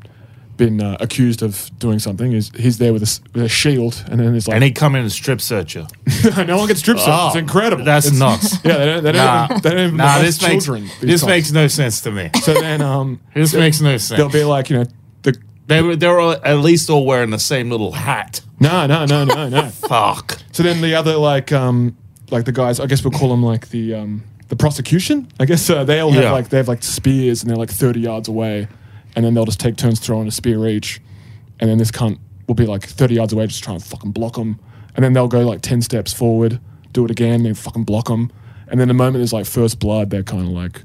S8: been uh, accused of doing something is he's there with a, s- with a shield and then it's like
S3: And he come in and strip search you.
S8: no one gets strip searched.
S3: Oh,
S8: it's incredible
S3: That's
S8: It's-
S3: nuts.
S8: yeah they don't, they don't
S3: Nah,
S8: even, they don't even
S3: nah
S8: molest
S3: this makes
S8: children these
S3: this
S8: cunts.
S3: makes no sense to me.
S8: so then um
S3: This makes no
S8: they'll
S3: sense.
S8: be like, you know, the
S3: They were they were all, at least all wearing the same little hat.
S8: no, no, no, no, no.
S3: Fuck.
S8: so then the other like um like the guys, I guess we'll call them like the um the prosecution. I guess uh, they all have
S3: Yeah.
S8: like they have like spears and they're like thirty yards away, and then they'll just take turns throwing a spear each, and then this cunt will be like thirty yards away, just trying to fucking block them, and then they'll go like ten steps forward, do it again, then fucking block them, and then the moment there's like first blood, they're kind of like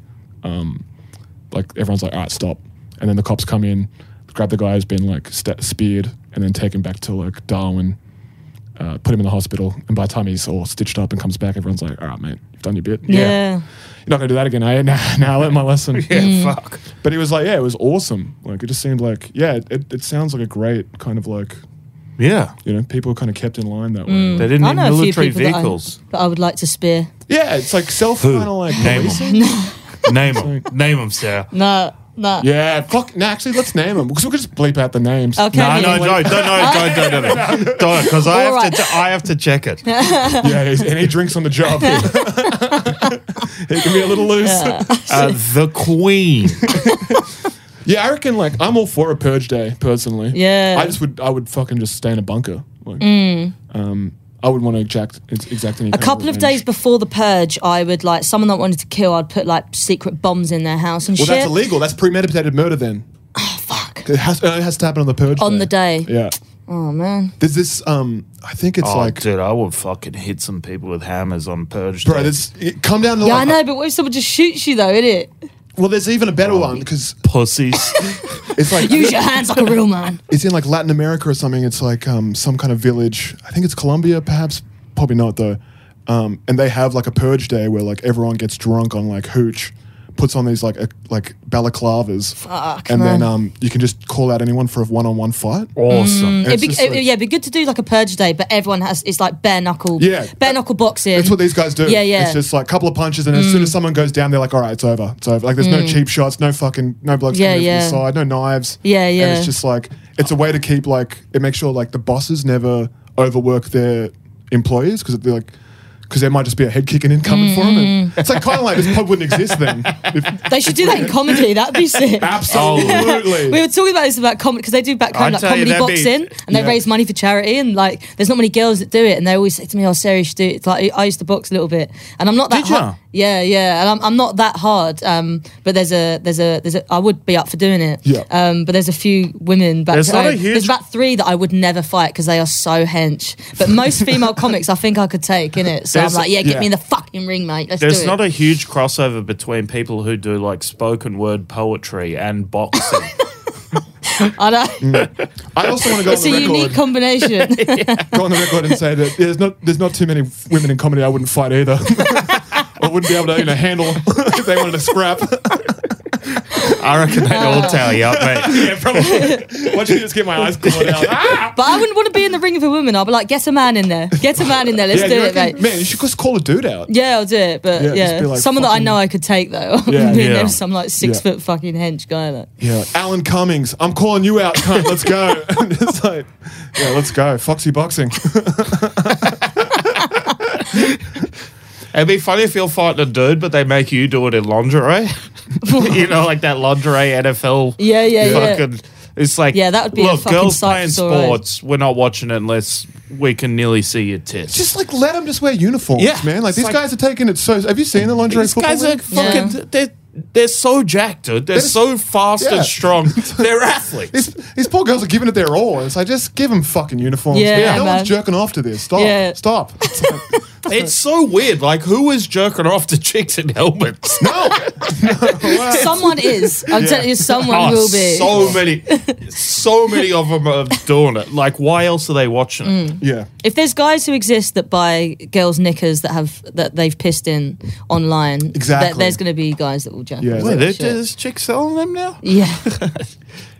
S8: like everyone's like, all right, stop. And then the cops come in, grab the guy who's been like st- speared, and then take him back to like Darwin, uh, put him in the hospital. And by the time he's all stitched up and comes back, everyone's like, all right, mate, you've done your bit.
S7: yeah.
S8: You're not going to do that again, are you? Nah, nah, I learned my lesson.
S3: Yeah,
S7: Mm.
S3: fuck.
S8: But he was like, yeah, it was awesome. Like, it just seemed like, yeah, it, it, it sounds like a great kind of like,
S3: Yeah.
S8: you know, people are kind of kept in line that way.
S3: They didn't
S7: I
S3: need
S7: know a few
S3: military
S7: people that I-
S3: vehicles.
S7: that I would like to spear.
S8: Yeah, it's like self kind of like
S3: Name
S8: policing.
S3: them. Name them. Name them, Sarah.
S7: No, no.
S8: Yeah, fuck. Nah, actually, let's name them because we could just bleep out the names.
S7: Okay.
S3: No, no, no, no, no, no, no, no, no, don't, because I have
S7: All
S3: to,
S7: right.
S3: I have to check it.
S8: Yeah, he's, and he drinks on the job. he can be a little loose. Yeah.
S3: Uh, the Queen.
S8: I reckon like I'm all for a purge day personally.
S7: Yeah. Mm.
S8: I just would I would fucking just stay in a bunker. Like, um, I would want to exact ex- exact any
S7: A couple of days before the purge, I would like someone that wanted to kill. I'd put like secret bombs in their house and
S8: Well,
S7: shit.
S8: that's illegal. That's premeditated murder. Then
S7: Fuck.
S8: it has, uh, it has to happen on the purge
S7: On the day.
S8: Yeah.
S7: Oh man.
S8: There's this. Um, I think it's
S3: Oh,
S8: like,
S3: dude, I would fucking hit some people with hammers on purge.
S8: bro,
S3: day.
S8: there's it, come down to
S7: Yeah, I
S8: like.
S7: know, but what if someone just shoots you though, innit?
S8: Well, there's even a better
S3: Oh.
S8: one because
S3: pussies.
S8: it's like
S7: Use your hands like a real man.
S8: it's in like Latin America or something. It's like um, some kind of village. I think it's Colombia, perhaps. Probably not though. Um, and they have like a purge day where like everyone gets drunk on like hooch, puts on these like a, like balaclavas,
S7: Fuck,
S8: and
S7: man.
S8: then um, you can just call out anyone for a one-on-one fight.
S3: awesome.
S7: It'd be,
S8: just
S7: Mm, it-
S8: like-
S7: yeah, it'd be good to do like a purge day, but everyone has it's like bare knuckle,
S8: Yeah.
S7: bare knuckle boxing.
S8: That's what these guys do.
S7: Yeah, yeah. Mm.
S8: It's just like a couple of punches, and as soon as someone goes down, they're like, "All right, it's over, it's over." Like, there's no cheap shots, no fucking, no blokes
S7: Yeah, Mm.
S8: coming in
S7: yeah.
S8: from the side, no knives.
S7: Yeah,
S8: And
S7: yeah.
S8: it's just like it's a way to keep like it makes sure like the bosses never overwork their employees because they're like because there might just be a head kicking incoming for him. And
S7: Mm-hmm.
S8: it's like kind of like this pub wouldn't exist then. If-
S7: They should do that in comedy. That'd be sick.
S8: absolutely.
S7: We were talking about this about comedy because they do back home
S3: I'd
S7: like
S3: tell you,
S7: comedy
S3: that'd be-
S7: boxing and they
S8: Yeah.
S7: raise money for charity and like there's not many girls that do it and they always say to me, "Oh, Sarah, you should do it." It's like I used to box a little bit and I'm not that
S3: Did ya?
S7: hard. Yeah, yeah, and I'm, I'm not that hard. Um, but there's a there's a there's a I would be up for doing it.
S8: Yeah.
S7: Um, but there's a few women back
S3: There's not a
S7: home.
S3: huge-
S7: There's about three that I would never fight because they are so hench. But most female comics I think I could take in it. So
S3: There's-
S7: I'm like, yeah, get
S8: yeah.
S7: me in the fucking ring, mate. Let's
S3: There's
S7: do it.
S3: not a huge crossover between people who do like spoken word poetry and boxing.
S7: I know.
S8: I also want to go on
S7: It's a
S8: the
S7: unique
S8: record,
S7: combination.
S8: go on the record and say that there's not there's not too many women in comedy I wouldn't fight either. I wouldn't be able to you know handle if they wanted to scrap.
S3: I reckon they all
S7: Ah.
S3: tally up, mate.
S8: yeah, probably. Watch me just get my eyes clawed out. Ah!
S7: But I wouldn't want to be in the ring with a woman. I'll be like, get a man in there. Get a man in there. Let's
S8: Yeah,
S7: do
S8: you
S7: it,
S8: reckon-
S7: mate.
S8: Man, you should just call a dude out.
S7: Yeah, I'll do it. But
S8: Yeah,
S7: yeah,
S8: just be like,
S7: someone that I
S8: fucking-
S7: know I could take though.
S8: Yeah,
S7: Yeah, being
S3: yeah.
S7: there with some like six
S8: Yeah.
S7: foot fucking hench guy. Like.
S8: Yeah, Alan Cummings, I'm calling you out, cunt. Let's go. and it's like, yeah, let's go. Foxy boxing.
S3: It'd be funny if you're fighting a dude, but they make you do it in lingerie. you know, like that lingerie NFL.
S7: Yeah, yeah, yeah.
S3: Fucking, it's like
S7: Yeah, that would be a
S3: look.
S7: fucking
S3: girls
S7: sight
S3: playing
S7: for sore eyes.
S3: sports, we're not watching it unless we can nearly see your tits.
S8: just like let them just wear uniforms,
S3: Yeah.
S8: man. Like
S3: It's
S8: these
S3: like-
S8: guys are taking it so. Have you seen the lingerie
S3: These
S8: football
S3: guys are
S8: league?
S3: fucking.
S7: Yeah.
S3: They're they're so jacked, dude. They're,
S8: They're-
S3: so fast
S8: yeah.
S3: and strong. They're athletes.
S8: These, these poor girls are giving it their all. It's like just give them fucking uniforms.
S7: Yeah,
S8: man. no
S7: man.
S8: one's jerking off to this. Stop.
S7: Yeah.
S8: Stop. It's like,
S3: it's so weird. Like, who is jerking off to chicks in helmets?
S8: no.
S7: Someone is. I'm telling you, someone
S3: Oh,
S7: will be.
S3: So many, so many of them are doing it. Like, why else are they watching? it?
S8: Yeah.
S7: if there's guys who exist that buy girls' knickers that have that they've pissed in online, th-
S8: Exactly.
S7: there's going to be guys that will jack.
S8: Yeah.
S7: off
S8: Wait,
S7: that
S3: There's
S7: Mm. shit.
S3: chicks selling them now?
S7: yeah.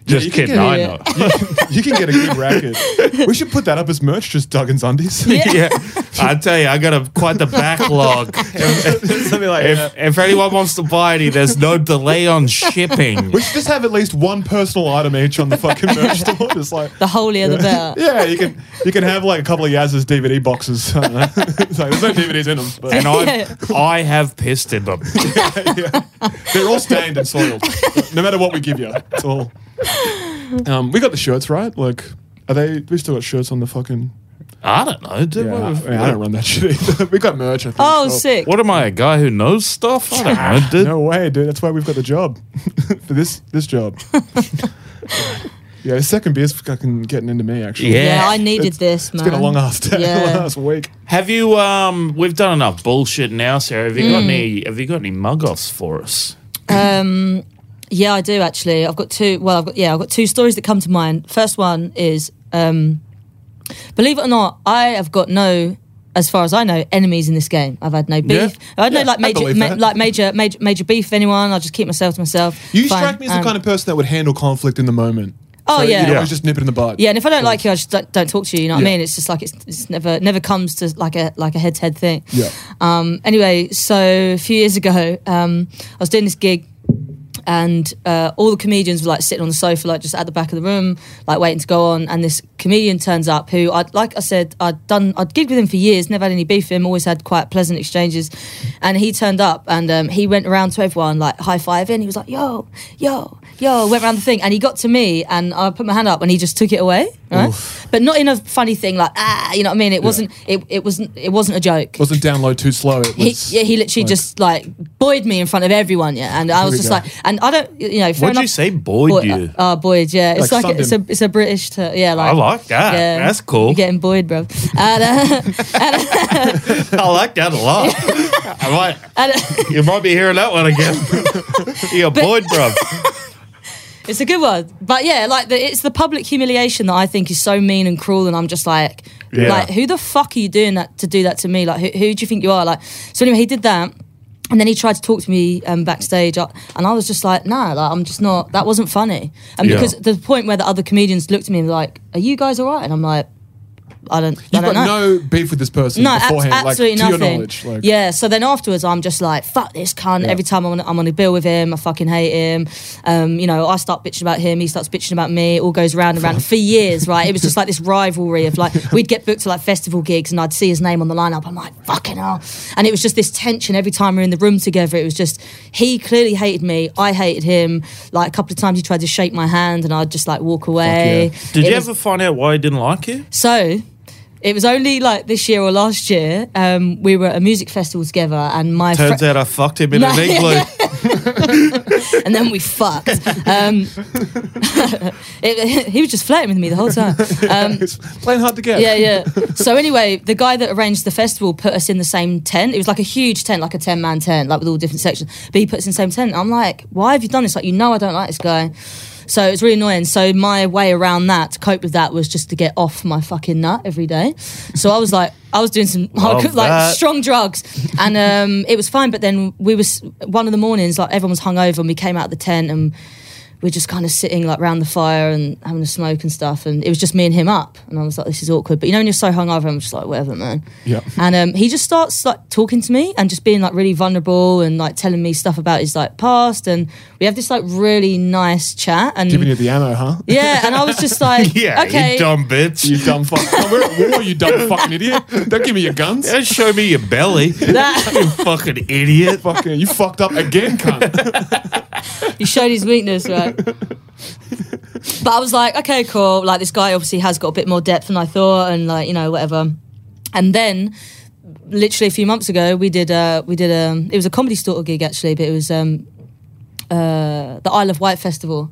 S3: Just
S8: you can
S3: kidding.
S8: get
S3: I
S7: it.
S3: know.
S8: You can get a good racket. We should put that up as merch, just Duggan's undies.
S3: yeah, I tell you, I got a quite the backlog.
S8: Something like
S3: if, if anyone wants to buy any, there's no delay on shipping.
S8: We should just have at least one personal item each on the fucking merch store. Just like
S7: The holier the better.
S8: Yeah, you can you can have like a couple of Yaz's DVD boxes. I don't know. It's like, there's no DVDs in them, but
S3: And I, I have pissed in them.
S8: they're all stained and soiled. No matter what we give you, it's all. Um, we got the shirts right. Like, are they? We still got shirts on the fucking.
S3: I don't know. Dude,
S8: Yeah, I,
S3: what,
S8: mean, I don't run that shit either. We got merch. I think.
S7: Oh, sick.
S3: what am I, a guy who knows stuff? I don't know, dude.
S8: No way, dude. That's why we've got the job for this this job. yeah, the second beer's fucking getting into me. Actually,
S3: Yeah.
S7: Yeah, I needed this, man.
S8: it's been a long ass day,
S7: Yeah.
S8: long ass week.
S3: Have you? Um, we've done enough bullshit now, Sarah. Have you
S7: Mm.
S3: got any? Have you got any mug offs for us?
S7: Yeah, I do actually. I've got two. Well, I've got yeah, I've got two stories that come to mind. First one is, um, believe it or not, I have got no, as far as I know, enemies in this game. I've had no beef.
S8: Yeah.
S7: I had
S8: Yeah,
S7: no like
S8: I
S7: major,
S8: believe
S7: ma-
S8: that.
S7: like major, major, major beef with anyone. I just keep myself to myself.
S8: You
S7: Fine.
S8: strike me as the
S7: Um,
S8: kind of person that would handle conflict in the moment.
S7: Oh,
S8: you
S7: yeah.
S8: don't
S7: Yeah.
S8: always just nip it in the bud.
S7: Yeah, and if I don't like you, I just don't, don't talk to you. You know what
S8: Yeah.
S7: I mean? It's just like it's, it's never never comes to like a like a head to head thing.
S8: Yeah.
S7: Um, anyway, so a few years ago, um, I was doing this gig. And uh, all the comedians were like sitting on the sofa, like just at the back of the room, like waiting to go on. And this comedian turns up, who I like I said I'd done I'd gigged with him for years, never had any beef with him, always had quite pleasant exchanges. And he turned up and um, he went around to everyone like high fiving. He was like, "Yo, yo, yo!" Went around the thing, and he got to me, and I put my hand up, and he just took it away, right? But not in a funny thing like ah, you know what I mean? It wasn't it, it wasn't it wasn't a joke
S8: Wasn't down low too slow. It
S7: he,
S8: was,
S7: yeah, he literally
S8: like-
S7: just like buoyed me in front of everyone, yeah. And I was
S8: we
S7: just
S8: go.
S7: like, and I don't, you know, fair
S3: What'd
S7: enough,
S3: you say, boy?
S7: Boy-
S3: you?
S7: uh, buoyed, yeah. It's
S8: Like
S7: like, it's a
S8: Sunderland.
S7: it's a British, ter- yeah. Like
S3: I like that.
S7: uh, yeah.
S3: That's cool.
S7: You're getting buoyed, bro. And, uh,
S3: I like that a lot. I might.
S7: and, uh,
S3: You might be hearing that one again. You're bored, bruv.
S7: it's a good one, but yeah, like the, it's the public humiliation that I think is so mean and cruel, and I'm just like,
S3: Yeah.
S7: like who the fuck are you doing that to do that to me? Like who, who do you think you are? Like so anyway, he did that. And then he tried to talk to me um, backstage, uh, and I was just like, "Nah, like, I'm just not. That wasn't funny." And
S3: Yeah.
S7: because the point where the other comedians looked at me and were like, "Are you guys all right?" And I'm like, I don't. I
S8: You've
S7: don't
S8: got
S7: know.
S8: no beef with this person
S7: No, abs-
S8: beforehand,
S7: absolutely
S8: like,
S7: nothing.
S8: to your knowledge. Like,
S7: yeah. So then afterwards, I'm just like, fuck this cunt.
S8: Yeah.
S7: Every time I'm on, I'm on a bill with him, I fucking hate him. Um, you know, I start bitching about him, he starts bitching about me. It all goes round and round for years, right? It was just like this rivalry of like we'd get booked to like festival gigs, and I'd see his name on the lineup. I'm like, fucking hell. And it was just this tension every time we we're in the room together. It was just he clearly hated me, I hated him. Like a couple of times, he tried to shake my hand, and I'd just like walk away.
S3: Did
S7: It
S3: you
S7: was-
S3: ever find out why he didn't like you?
S7: so it was only like this year or last year um, we were at a music festival together, and my fri-
S3: Turns out I fucked him in
S7: No.
S3: an igloo.
S7: and then we fucked. Um, it, he was just flirting with me the whole time. Um,
S8: It's playing hard to get.
S7: yeah, yeah. So anyway, the guy that arranged the festival put us in the same tent. It was like a huge tent, like a ten man tent, like with all different sections. But he puts in the same tent. I'm like, why have you done this? Like, you know, I don't like this guy. So it's really annoying. So my way around that to cope with that was just to get off my fucking nut every day. So I was like, I was doing some
S3: Love
S7: like
S3: that.
S7: strong drugs, and um, it was fine. But then we was one of the mornings, like everyone was hungover, and we came out of the tent and we're just kind of sitting like round the fire and having a smoke and stuff. And it was just me and him up. And I was like, this is awkward. But you know, when you're so hungover, I'm just like, whatever, man.
S8: Yeah.
S7: And um, he just starts like talking to me and just being like really vulnerable and like telling me stuff about his like past. And we have this like really nice chat. And
S8: Giving you the ammo, huh?
S7: yeah. And I was just like,
S3: yeah,
S7: okay.
S3: you dumb bitch.
S8: You dumb fuck. Oh, we're at war, you dumb fucking idiot. Don't give me your guns.
S3: Don't show me your belly.
S7: That-
S3: you fucking idiot.
S8: Fucking, you fucked up again, cunt.
S7: He showed his weakness, right? but I was like, okay, cool. Like this guy obviously has got a bit more depth than I thought, and like you know whatever. And then, literally a few months ago, we did uh, we did um it was a comedy store gig actually, but it was um uh the Isle of Wight festival.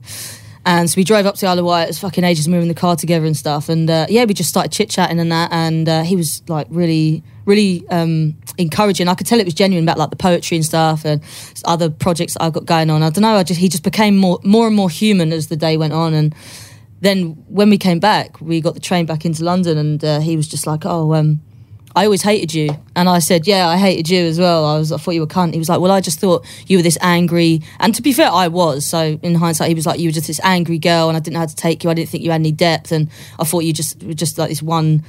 S7: And so we drove up to Isle of Wight. It was fucking ages. and We were in the car together and stuff. And uh, yeah, we just started chit chatting and that. And uh, he was like really, really um, encouraging. I could tell it was genuine about like the poetry and stuff and other projects I've got going on. I don't know. I just he just became more, more and more human as the day went on. And then when we came back, we got the train back into London, and uh, he was just like, "Oh, um, I always hated you," and I said, "Yeah, I hated you as well. I was, I thought you were a cunt." He was like, "Well, I just thought you were this angry," and to be fair, I was. So in hindsight, he was like, "You were just this angry girl, and I didn't know how to take you. I didn't think you had any depth, and I thought you just were just like this one."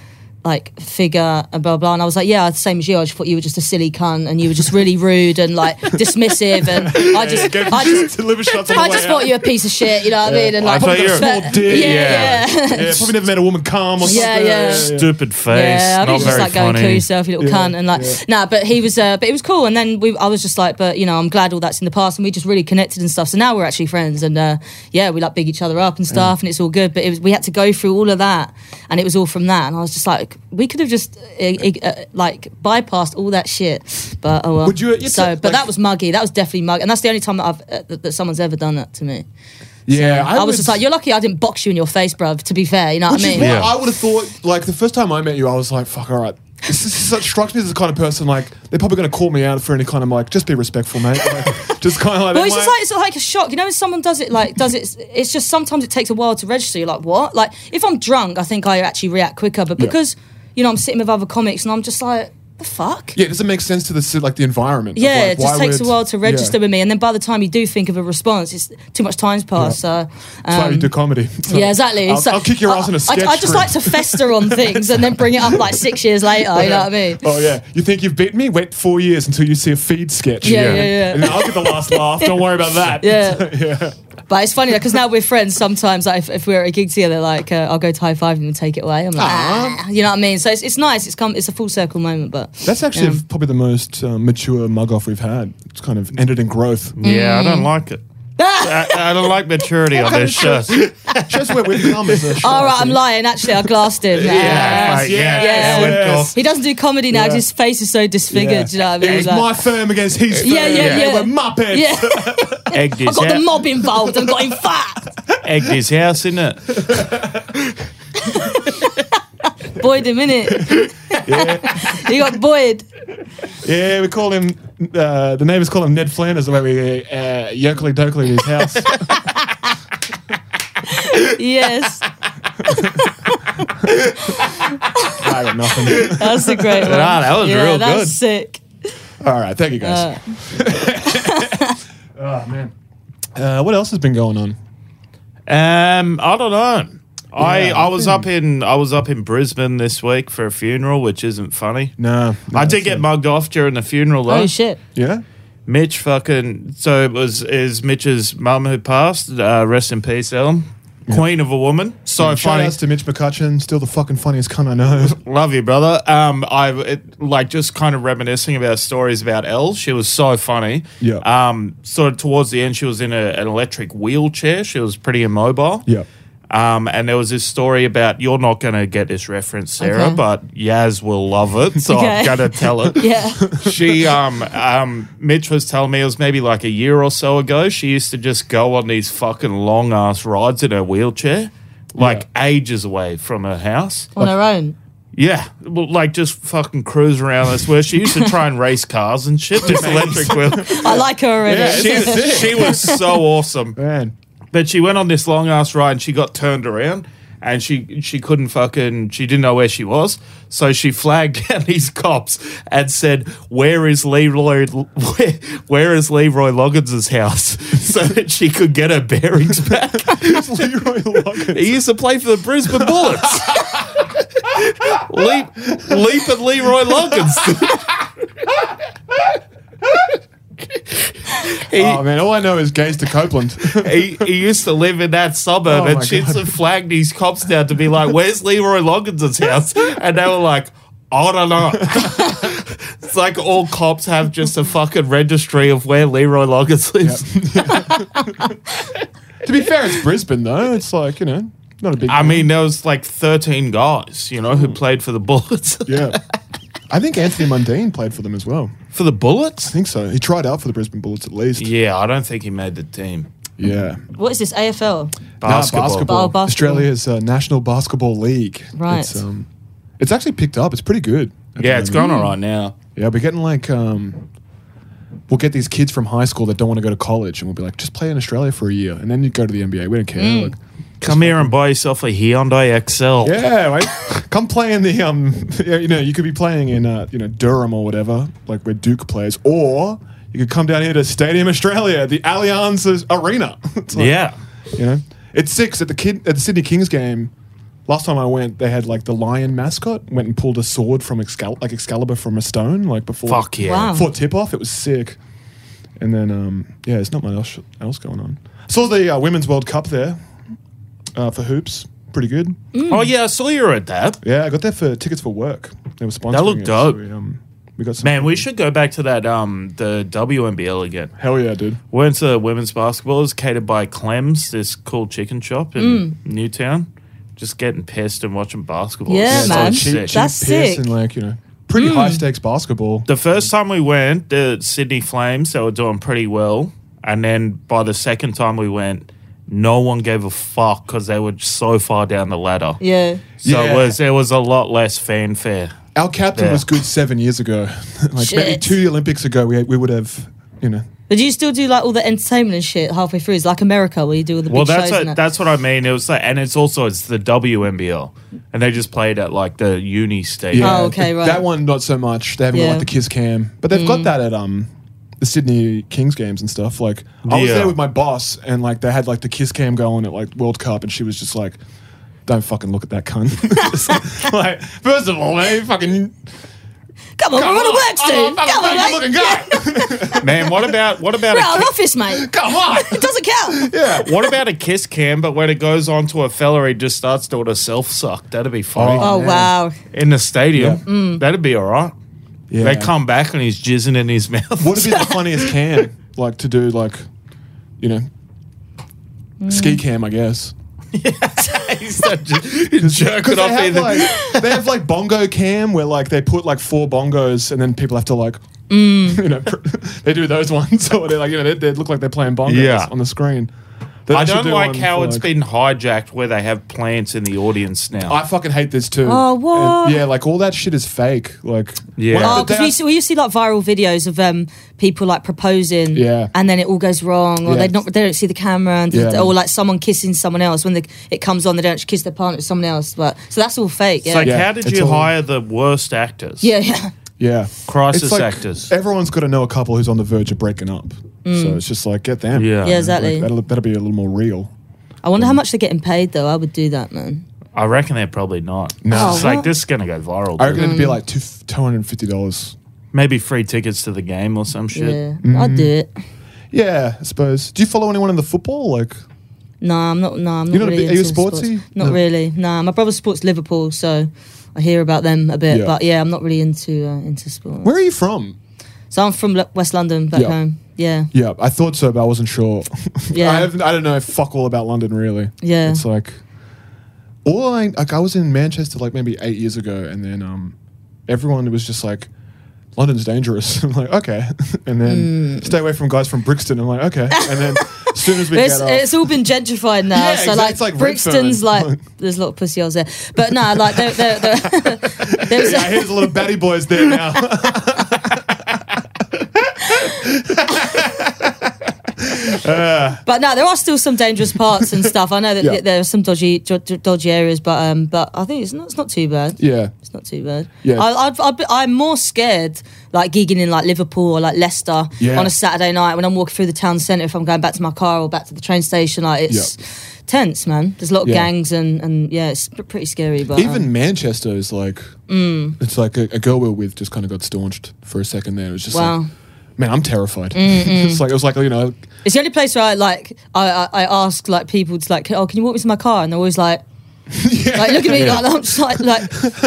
S7: Like figure and blah blah, and I was like, yeah, same as you. I just thought you were just a silly cunt, and you were just really rude and like dismissive, and I just, I just,
S8: Deliver shots on the
S7: I
S8: way
S7: just
S8: out.
S7: thought you were a piece of shit. You know what I mean? And
S3: I
S7: like,
S3: thought you were a
S7: but-
S8: small dick.
S7: Yeah, yeah.
S8: Yeah, probably never met a woman calm or something.
S7: Yeah, yeah.
S3: Stupid face.
S7: Yeah, I
S3: Not
S7: think you just
S3: very
S7: like go and kill
S3: funny.
S7: yourself, you little cunt, and like, nah. But he was, uh, but it was cool. And then we, I was just like, but you know, I'm glad all that's in the past, and we just really connected and stuff. So now we're actually friends, and uh, yeah, we like big each other up and stuff, and it's all good. But it was, we had to go through all of that, and it was all from that. And I was just like, we could have just uh, ig- uh, like bypassed all that shit, but oh well.
S8: Would you- you'd
S7: so,
S8: say,
S7: but
S8: like-
S7: that was muggy. That was definitely muggy, and that's the only time that I've uh, that, that someone's ever done that to me.
S8: Yeah,
S7: I, was
S8: would-
S7: just like, you're lucky I didn't box you in your face, bruv. To be fair, you know what
S8: Which
S7: I
S8: is
S7: mean?
S8: why
S3: Yeah.
S8: I would have thought, like, the first time I met you, I was like, fuck, all right. This is such strikes me as the kind of person, like, they're probably going to call me out for any kind of, like, just be respectful, mate. Like, just kind of like,
S7: Well, it's
S8: am
S7: just
S8: I-
S7: like it's like a shock, you know. When someone does it, like does it, it's just sometimes it takes a while to register. You're like, what? Like if I'm drunk, I think I actually react quicker, but
S8: Yeah.
S7: because you know I'm sitting with other comics and I'm just like, the fuck.
S8: yeah, does it make sense to the, si- like, the environment? of,
S7: Yeah,
S8: like,
S7: it just
S8: why
S7: takes
S8: would-
S7: a while to
S8: yeah.
S7: register with me, and then by the time you do think of a response, it's too much time's passed. So,
S8: That's why we do comedy. So
S7: um, yeah, exactly.
S8: I'll,
S7: So-
S8: I'll kick your ass in
S7: I-
S8: a sketch.
S7: I, I just
S8: group.
S7: like to fester on things and then bring it up like six years later. You know what I mean?
S8: Oh yeah, you think you've beaten me? Wait four years until you see a feed sketch.
S7: Yeah, Yeah. yeah, yeah.
S8: And I'll get the last laugh. Don't worry about that.
S7: Yeah. But it's funny because now we're friends. Sometimes, like, if, if we're at a gig together, like uh, I'll go to high five him and take it away. I'm like,
S8: Aw.
S7: "Ah," you know what I mean? So it's, it's nice. It's come. It's a full circle moment. But
S8: That's actually probably the most uh, mature mug off we've had. It's kind of ended in growth.
S3: Yeah, I don't like it. I, I don't like maturity on this show.
S8: Just where we've come as a show.
S7: all right, I'm lying. Actually, I glassed him.
S3: Yeah,
S7: Yeah.
S3: like, yeah,
S7: yes.
S3: went
S8: Yes.
S3: off.
S7: He doesn't do comedy now. 'cause His face is so disfigured. Do you know what I mean?
S8: It was
S7: Like,
S8: my firm against his firm.
S7: Yeah, yeah, yeah.
S8: We're muppets.
S7: yeah,
S3: Egged his,
S7: got the
S3: hou-
S7: mob involved and got him fat.
S3: egged his house, innit?
S7: Boyd him in it. he got Boyd.
S8: Yeah, we call him. Uh, the neighbors call him Ned Flanders the way we uh, yokelly dokelly his house.
S7: Yes,
S8: I got nothing.
S7: that's a great one.
S3: Nah, that was
S7: yeah,
S3: real
S7: that's
S3: good.
S7: sick.
S8: All right, thank you guys.
S7: Uh,
S8: oh man, uh, what else has been going on?
S3: Um, I don't know. I, I was up in I was up in Brisbane this week for a funeral, which isn't funny.
S8: No, no,
S3: I did
S8: that's
S3: get
S8: it.
S3: mugged off during the funeral though.
S7: Oh shit!
S8: Yeah.
S3: Mitch fucking so it was is Mitch's mum who passed. Uh, rest in peace, Ellen. Queen of a woman. So
S8: Shout
S3: funny.
S8: outs to Mitch McCutcheon, still the fucking funniest cunt I know.
S3: Love you, brother. Um, I it, like just kind of reminiscing about stories about Elle. She was so funny.
S8: Yeah.
S3: Um, sort of towards the end, she was in a, an electric wheelchair. She was pretty immobile.
S8: Yeah.
S3: Um, and there was this story about you're not going to get this reference, Sarah,
S7: Okay.
S3: but Yaz will love it, so I'm
S7: Okay.
S3: going to tell it.
S7: Yeah,
S3: She, um, um, Mitch was telling me it was maybe like a year or so ago. She used to just go on these fucking long ass rides in her wheelchair, like ages away from her house.
S7: on her own.
S3: Yeah, well, like just fucking cruise around this where she used to try and race cars and shit. This electric wheel.
S7: I like her already.
S3: she, was, she was so awesome.
S8: Man.
S3: But she went on this long ass ride and she got turned around and she she couldn't fucking she didn't know where she was. So she flagged down these cops and said, Where is Leroy where, where is Leroy Loggins' house? So that she could get her bearings back.
S8: Leroy Loggins.
S3: He used to play for the Brisbane Bullets. Leap Leap and Leroy Loggins. he,
S8: Oh man, all I know is gays to Copeland.
S3: he, he used to live in that suburb,
S8: Oh
S3: and
S8: my
S3: shits
S8: God.
S3: have flagged these cops down to be like, "Where's Leroy Loggins' house?" And they were like, "I don't know." it's like all cops have just a fucking registry of where Leroy Loggins lives.
S8: to be fair, it's Brisbane though. It's like you know, not a big.
S3: I mean, there was like thirteen guys, you know, who played for the Bullets.
S8: Hmm. yeah. I think Anthony Mundine played for them as well.
S3: for the Bullets?
S8: I think so. He tried out for the Brisbane Bullets at least.
S3: Yeah, I don't think he made the team.
S8: Yeah.
S7: What is this AFL?
S3: Basketball.
S7: Oh, basketball.
S8: Australia's uh, national basketball league.
S7: Right.
S8: It's, um, it's actually picked up. It's pretty good. at
S3: Yeah,
S8: the
S3: it's
S8: moment.
S3: going all right now.
S8: Yeah, we're getting like um, we'll get these kids from high school that don't want to go to college, and we'll be like, just play in Australia for a year, and then you go to the NBA. We don't care.
S7: Mm.
S8: Like,
S3: Come here and buy yourself a Hyundai XL.
S8: yeah, right? come play in the um, yeah, you know, you could be playing in uh, you know Durham or whatever, like where Duke plays, or you could come down here to Stadium Australia, the Allianz Arena. It's like-
S3: Yeah.
S8: You know, it's six at the kid at the Sydney Kings game. Last time I went, they had like the lion mascot went and pulled a sword from Excal- like Excalibur from a stone, like before.
S3: Fuck yeah.
S7: Wow.
S8: Before tip off, it was sick. And then um, yeah, it's not much else, else going on. Saw the uh, women's World Cup there uh, for hoops, pretty good.
S3: Oh yeah, I saw you were at that.
S8: Yeah, I got there for tickets for work. They were sponsoring.
S3: looked
S8: it,
S3: dope.
S8: we, um, we got some
S3: Man, we should go back to that um the WNBL again.
S8: Hell yeah, dude.
S3: We went to women's basketball. It was catered by Clem's, this cool chicken shop in
S7: Mm.
S3: Newtown. Just getting pissed and watching basketball.
S7: Yeah,
S3: It's so
S7: man.
S3: sick.
S7: Cheap, cheap. That's sick. Mm.
S8: And like you know, pretty high stakes basketball.
S3: The first time we went, the Sydney Flames, they were doing pretty well. And then by the second time we went, no one gave a fuck because they were so far down the ladder.
S7: Yeah.
S3: So
S8: Yeah.
S3: it was there was a lot less fanfare.
S8: Our captain
S3: Yeah.
S8: was good seven years ago. like maybe
S7: Shit. Oh,
S8: two Olympics ago, we, we would have, you know.
S7: But do you still do like all the entertainment and shit halfway through? It's like America where you do all the
S3: Well,
S7: big
S3: that's
S7: shows.
S3: what,
S7: and
S3: that's what I mean. It was like, and it's also it's the WNBL, and they just played at like the uni stadium.
S7: Yeah. Oh, okay, right.
S8: That one, not so much. They haven't got
S7: Yeah. Mm.
S8: like the Kiss Cam, but they've got that at um the Sydney Kings games and stuff. Like I was
S3: Yeah.
S8: there with my boss, and like they had like the Kiss Cam going at like World Cup, and she was just like, "Don't fucking look at that cunt." Just like first of all, man, you fucking
S7: Come on, we're on a work
S8: I'm
S7: soon.
S8: a
S7: Come on,
S8: fucking
S7: mate.
S8: looking guy.
S3: Man, what about what about
S7: We're out
S3: a,
S7: of office, mate.
S8: Come on.
S7: It doesn't count.
S8: Yeah.
S3: ki- what about a kiss cam? But when it goes on to a fella, he just starts doing a self suck. That'd be funny
S7: Oh,
S8: Yeah.
S7: wow.
S3: in the stadium.
S8: Yeah. Mm.
S3: That'd be all right.
S8: Yeah.
S3: They come back and he's jizzing in his mouth.
S8: What would be the funniest cam? Like to do like, you know,
S7: Mm.
S8: ski cam, I guess.
S3: he's so j- jerking
S8: Because
S3: off
S8: they,
S3: in
S8: have,
S3: the-
S8: like, they have like bongo cam where like they put like four bongos and then people have to like, you know, pr- they do those ones or they like you know they, they look like they're playing bongos
S3: Yeah.
S8: on the screen.
S3: I don't like how
S8: it's
S3: it's been hijacked where they have plants in the audience now.
S8: I fucking hate this too.
S7: Oh,
S8: And,
S7: what?
S8: yeah, like all that shit is fake. Like
S3: Yeah.
S8: one of
S7: Oh,
S8: the
S7: because
S8: da-
S7: we, see- we used to see like viral videos of um, people like proposing,
S8: Yeah.
S7: and then it all goes wrong, or
S8: Yeah.
S7: they not they don't see the camera, and
S8: Yeah.
S7: or like someone kissing someone else when the, it comes on, they don't kiss their partner, it's someone else. But so that's all fake.
S3: it's
S7: Yeah,
S3: like,
S8: Yeah,
S3: how did
S8: it's
S3: you
S8: all-
S3: hire the worst actors?
S7: yeah, yeah.
S8: yeah
S3: Crisis
S8: It's like
S3: actors.
S8: Everyone's got to know a couple who's on the verge of breaking up. So it's just like get them.
S3: Yeah.
S7: Yeah, exactly.
S8: Like, that'll that'll be a little more real.
S7: I wonder how much they're getting paid though. I would do that, man.
S3: I reckon they're probably not.
S8: No.
S3: It's
S7: Oh,
S3: like
S7: what?
S3: this is gonna go viral.
S8: I
S3: dude.
S8: reckon it'd be like two two hundred and fifty dollars.
S3: Maybe free tickets to the game or some shit.
S7: Yeah, I'd do it.
S8: Mm. Yeah, I suppose. Do you follow anyone in the football? Like,
S7: No, I'm not. No, I'm not
S8: You're not a
S7: really.
S8: bit- are you
S7: into
S8: sportsy?
S7: sports. Not
S8: No.
S7: really. Nah, my brother supports Liverpool, so I hear about them a bit.
S8: Yeah.
S7: But yeah, I'm not really into uh, into sport.
S8: where are you from?
S7: So I'm from Lo- West London back
S8: Yeah.
S7: home. Yeah,
S8: Yeah, I thought so, but I wasn't sure.
S7: Yeah.
S8: I, have, I don't know fuck all about London really.
S7: Yeah.
S8: it's like all I like. I was in Manchester like maybe eight years ago, and then um, everyone was just like, "London's dangerous." I'm like, okay, and
S7: Mm.
S8: then stay away from guys from Brixton. I'm like, okay, and then as soon as we
S7: It's,
S8: get off,
S7: it's all been gentrified now.
S8: Yeah,
S7: so
S8: exactly.
S7: like,
S8: It's like
S7: Brixton's
S8: Redfern.
S7: like there's a lot of pussy holes there. But no, like there, there, there, there was
S8: yeah, I hear there's a lot of batty boys there now.
S7: But no, there are still some dangerous parts and stuff. I know that
S8: Yeah.
S7: there are some dodgy do- do- dodgy areas, but um, but I think it's not, it's not too bad.
S8: yeah,
S7: It's not too bad.
S8: Yeah.
S7: I, I'd, I'd be, I'm more scared like gigging in like Liverpool or like Leicester
S8: Yeah.
S7: on a Saturday night when I'm walking through the town centre. If I'm going back to my car or back to the train station, like it's tense, man. There's a lot of
S8: Yeah.
S7: gangs and and yeah, it's pr- pretty scary. But um,
S8: even Manchester is like,
S7: Mm.
S8: it's like a, a girl we were with just kind of got staunched for a second. There, it was just
S7: Wow.
S8: like. Man, I'm terrified. it's like it was like you know,
S7: It's the only place where I like I, I, I ask like people to like, oh, can you walk me to my car? And they're always like, like look at me like I'm just like, like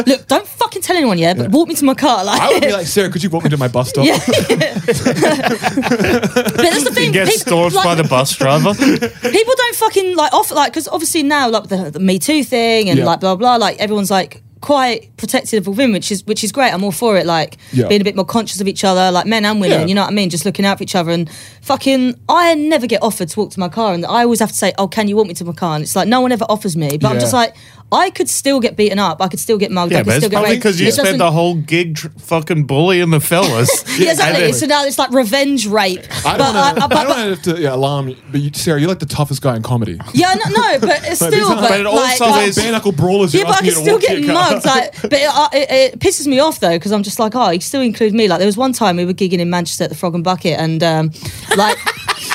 S7: look, don't fucking tell anyone yet, but walk me to my car. Like,
S8: I would be like, Sarah, could you walk me to my bus stop?
S7: yeah. but that's the thing.
S3: Get
S7: people,
S3: staunched by the bus driver.
S7: people don't fucking like offer like because obviously now like the, the Me Too thing and
S8: Yeah.
S7: like blah blah like everyone's like quite protective of women, which is which is great. I'm all for it. Like
S8: Yeah.
S7: being a bit more conscious of each other, like men and women.
S8: Yeah.
S7: You know what I mean? Just looking out for each other and fucking. I never get offered to walk to my car, and I always have to say, "Oh, can you walk me to my car?" And it's like no one ever offers me, but I'm
S8: Yeah.
S7: just like. I could still get beaten up. I could still get mugged. I
S3: yeah,
S7: could
S3: but it's
S7: still get
S3: probably
S7: raped.
S3: because you
S7: It
S3: spent
S7: doesn't-
S3: the whole gig tr- fucking bullying the fellas.
S7: yeah, exactly.
S3: And
S7: so
S3: then-
S7: now it's like revenge rape. But
S8: I don't wanna-
S7: I- I- but-
S8: I don't want to yeah, alarm you, but you, Sarah, you're like the toughest guy in comedy.
S7: yeah, no, no, but it's
S8: Like, these
S7: still.
S8: aren't-
S7: But,
S3: but it
S7: like,
S3: also
S7: I-
S3: is-
S8: Bare knuckle brawlers.
S7: Yeah,
S8: you're
S7: but I can
S8: asking you to
S7: still
S8: walk
S7: get
S8: your car.
S7: mugged. Like, but it, I- it, it pisses me off though because I'm just like, oh, you still include me. Like there was one time we were gigging in Manchester at the Frog and Bucket, and um, like,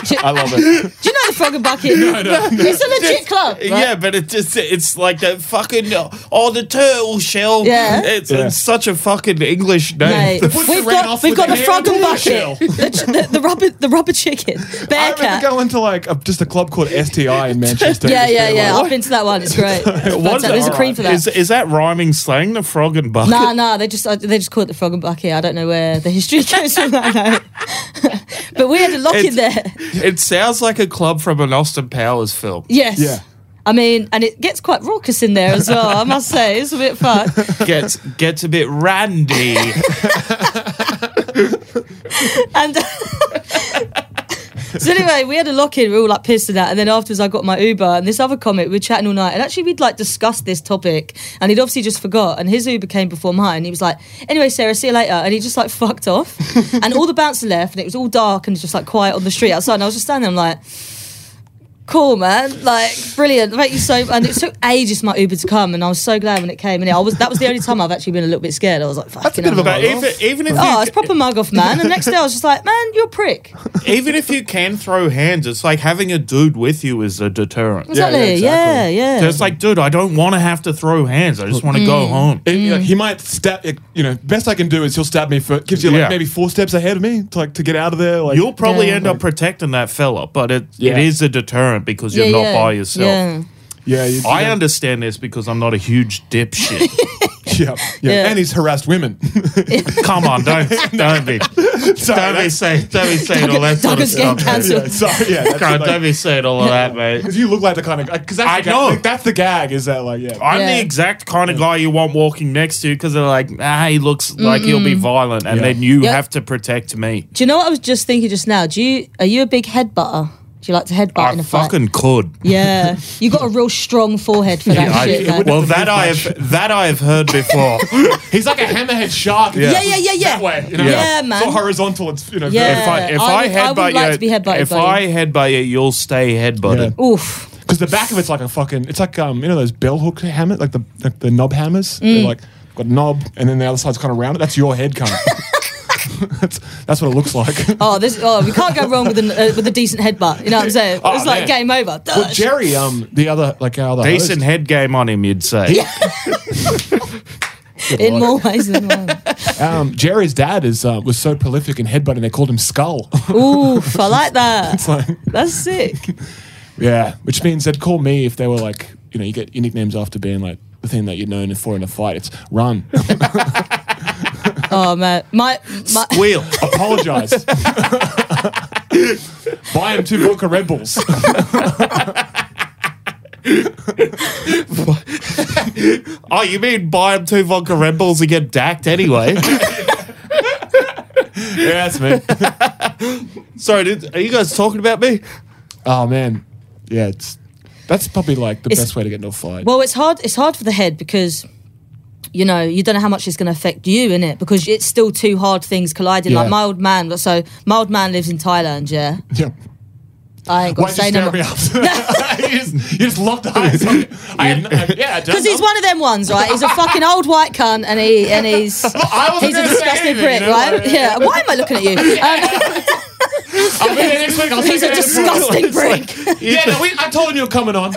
S7: do,
S8: I love it.
S7: do you know the Frog and Bucket? It's a legit club. right?
S3: Yeah, but it's just, it's like that fucking oh the turtle shell.
S7: Yeah.
S3: It's,
S8: Yeah.
S3: it's such a fucking English name.
S7: Mate, we've
S8: ran
S7: got
S8: off
S7: we've
S8: with
S7: got
S8: the
S7: the frog and
S8: hand.
S7: bucket, the, ch- the, the rubber the rubber chicken,
S8: I
S7: bear
S8: remember
S7: cat.
S8: going to like a, just a club called STI in Manchester.
S7: Yeah,
S8: Just
S7: yeah,
S8: being
S7: yeah.
S8: like,
S7: I've been to that one. It's great. It's
S3: Was
S7: fantastic.
S3: it?
S7: There's a cream for that.
S3: Is, is that rhyming slang? The frog and bucket.
S7: Nah, nah, they just uh, they just call it the frog and bucket. I don't know where the history goes from that. no. but we had a lock in
S3: It's-
S7: there.
S3: It sounds like a club from an Austin Powers film.
S7: Yes.
S8: Yeah.
S7: I mean, and it gets quite raucous in there as well. I must say, it's a bit fun.
S3: Gets gets a bit randy.
S7: And so anyway, we had a lock in. We were all like pissed and that. And then afterwards, I got my Uber, and this other comic we were chatting all night. And actually, we'd like discussed this topic, and he'd obviously just forgot. And his Uber came before mine. And he was like, "Anyway, Sarah, see you later." And he just like fucked off. and all the bouncer left, and it was all dark and just like quiet on the street outside. And I was just standing there, I'm like. Cool, man. Like, brilliant. Thank you so And it took ages for my Uber to come, and I was so glad when it came. And I was that was the only time I've actually been a little bit scared. I was like, fucking
S8: bit of
S7: hell."
S8: a
S3: but even even if
S7: Oh,
S3: you,
S7: it's proper mug off, man. And the next day I was just like, man, you're a prick.
S3: even if you can throw hands, it's like having a dude with you is a deterrent.
S8: Yeah, yeah,
S7: Exactly. Yeah, yeah.
S8: exactly.
S3: So it's like, dude, I don't want to have to throw hands. I just want to
S7: Mm.
S3: go home.
S8: it- you know, he might stab. it- You know, best I can do is he'll stab me for gives you like
S3: Yeah.
S8: maybe four steps ahead of me to like to get out of there. Like
S3: You'll probably
S7: Yeah.
S3: end up protecting that fella, but it
S8: Yeah.
S3: it is a deterrent because you're
S7: Yeah,
S3: not
S7: yeah,
S3: by yourself.
S7: Yeah.
S8: yeah, you,
S3: I understand this because I'm not a huge dipshit.
S8: yeah, yeah,
S7: Yeah.
S8: and he's harassed women.
S3: Come on, don't don't be don't be saying don't be saying all that sort of
S7: Douglas getting
S3: stuff. man.
S7: cancelled.
S8: yeah, sorry, yeah, that's
S3: God,
S8: like-
S3: don't be saying all of that, mate.
S8: Because you look like the kind of because that's
S3: I
S8: the
S3: know.
S8: Gag, that's the gag. Is that like yeah?
S3: I'm
S7: Yeah.
S3: the exact kind of guy you want walking next to because they're like, ah, he looks like he'll be violent, and
S8: Yeah.
S3: then you
S7: Yeah.
S3: have to protect me.
S7: Do you know what I was just thinking just now? Do you are you a big headbutter? Do you like to headbutt in
S3: I
S7: a fight?
S3: fucking could.
S7: yeah. You got a real strong forehead for that
S3: I-
S7: shit. man.
S3: well, that I have that I have heard before.
S7: Uh,
S8: He's like a hammerhead shark.
S7: yeah, yeah, yeah, yeah.
S8: That way, you know?
S7: Yeah,
S8: It's all
S7: man.
S8: horizontal. It's you know.
S7: Yeah.
S3: if I if
S7: I
S3: I,
S7: would- I
S3: headbutt
S7: would like to be
S3: you,
S7: headbutted
S3: if
S7: by you.
S3: I headbutt you, you'll stay headbutted.
S7: Oof.
S8: Because the back of it's like a fucking. It's like um, you know those bell hook hammer, like the
S7: Mm.
S8: like the knob hammers. They're like got a knob, and then the other side's kind of rounded. That's your head, kind of. that's, that's what it looks like.
S7: Oh, this. Oh, we can't go wrong with an, uh, with a decent headbutt. You know what I'm saying?
S8: Oh,
S7: it's like
S8: man.
S7: game over.
S8: well, Jerry, um, the other like our other
S3: Decent head game on him, you'd say.
S8: host,
S7: in
S8: Lord.
S7: more ways than one.
S8: Um, Jerry's dad is uh, was so prolific in headbutting they called him Skull.
S7: Oof, I like that.
S8: It's like-
S7: That's sick.
S8: yeah, which means they'd call me if they were like, you know, you get your nicknames after being like the thing that you're known for in a fight. It's run,
S7: Oh man, my my.
S3: Wheel.
S8: apologize, buy him two vodka Red Bulls.
S3: Oh, you mean buy him two vodka Red Bulls and get dacked anyway?
S8: yeah, that's me.
S3: Sorry, did, are you guys talking about me?
S8: Oh man, yeah, it's that's probably like the
S7: It's-
S8: best way to get into a fight.
S7: Well, it's hard. It's hard for the head because. You know, you don't know how much it's going to affect you in it because it's still two hard things colliding.
S8: Yeah.
S7: Like my old man, so my old man lives in Thailand. Yeah,
S8: yeah.
S7: I ain't got
S8: Why
S7: to
S8: did you
S7: say no
S8: stare
S7: more.
S8: me up? you, just, you just locked eyes. on me. I had, I, yeah, I don't
S7: Because he's
S8: know.
S7: one of them ones, right? He's a fucking old white cunt, and he and he's
S8: I wasn't
S7: he's a
S8: gonna say
S7: disgusting
S8: anything,
S7: prick,
S8: you know,
S7: right?
S8: like-
S7: yeah. Why am I looking at you? Um,
S8: I'll be there next week. I'll
S7: he's
S8: take
S7: a
S8: it.
S7: disgusting prick.
S8: Yeah, no, we, I told him you were coming on.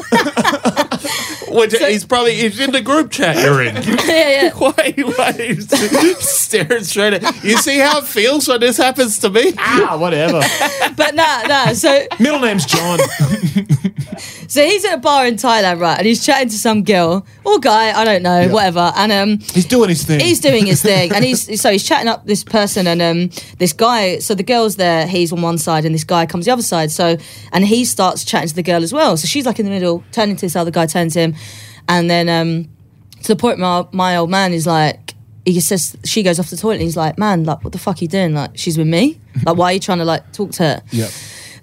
S3: Which he's probably he's in the group chat you're in.
S7: yeah, yeah.
S3: why, why he's staring straight at you? See how it feels when this happens to me?
S8: ah, whatever.
S7: But nah, nah. So
S8: Middle name's John.
S7: so he's at a bar in Thailand, right? And he's chatting to some girl or guy, I don't know, whatever. And um,
S8: He's doing his thing.
S7: he's doing his thing, and he's so he's chatting up this person and um this guy. So the girl's there, he's on one side, and this guy comes the other side. So and he starts chatting to the girl as well. So she's like in the middle, turning to this other guy, turns to him, and then um to the point my my old man is like. He says she goes off to the toilet. and He's like, "Man, like, what the fuck you doing? Like, she's with me. Like, why are you trying to like talk to her?"
S8: Yep.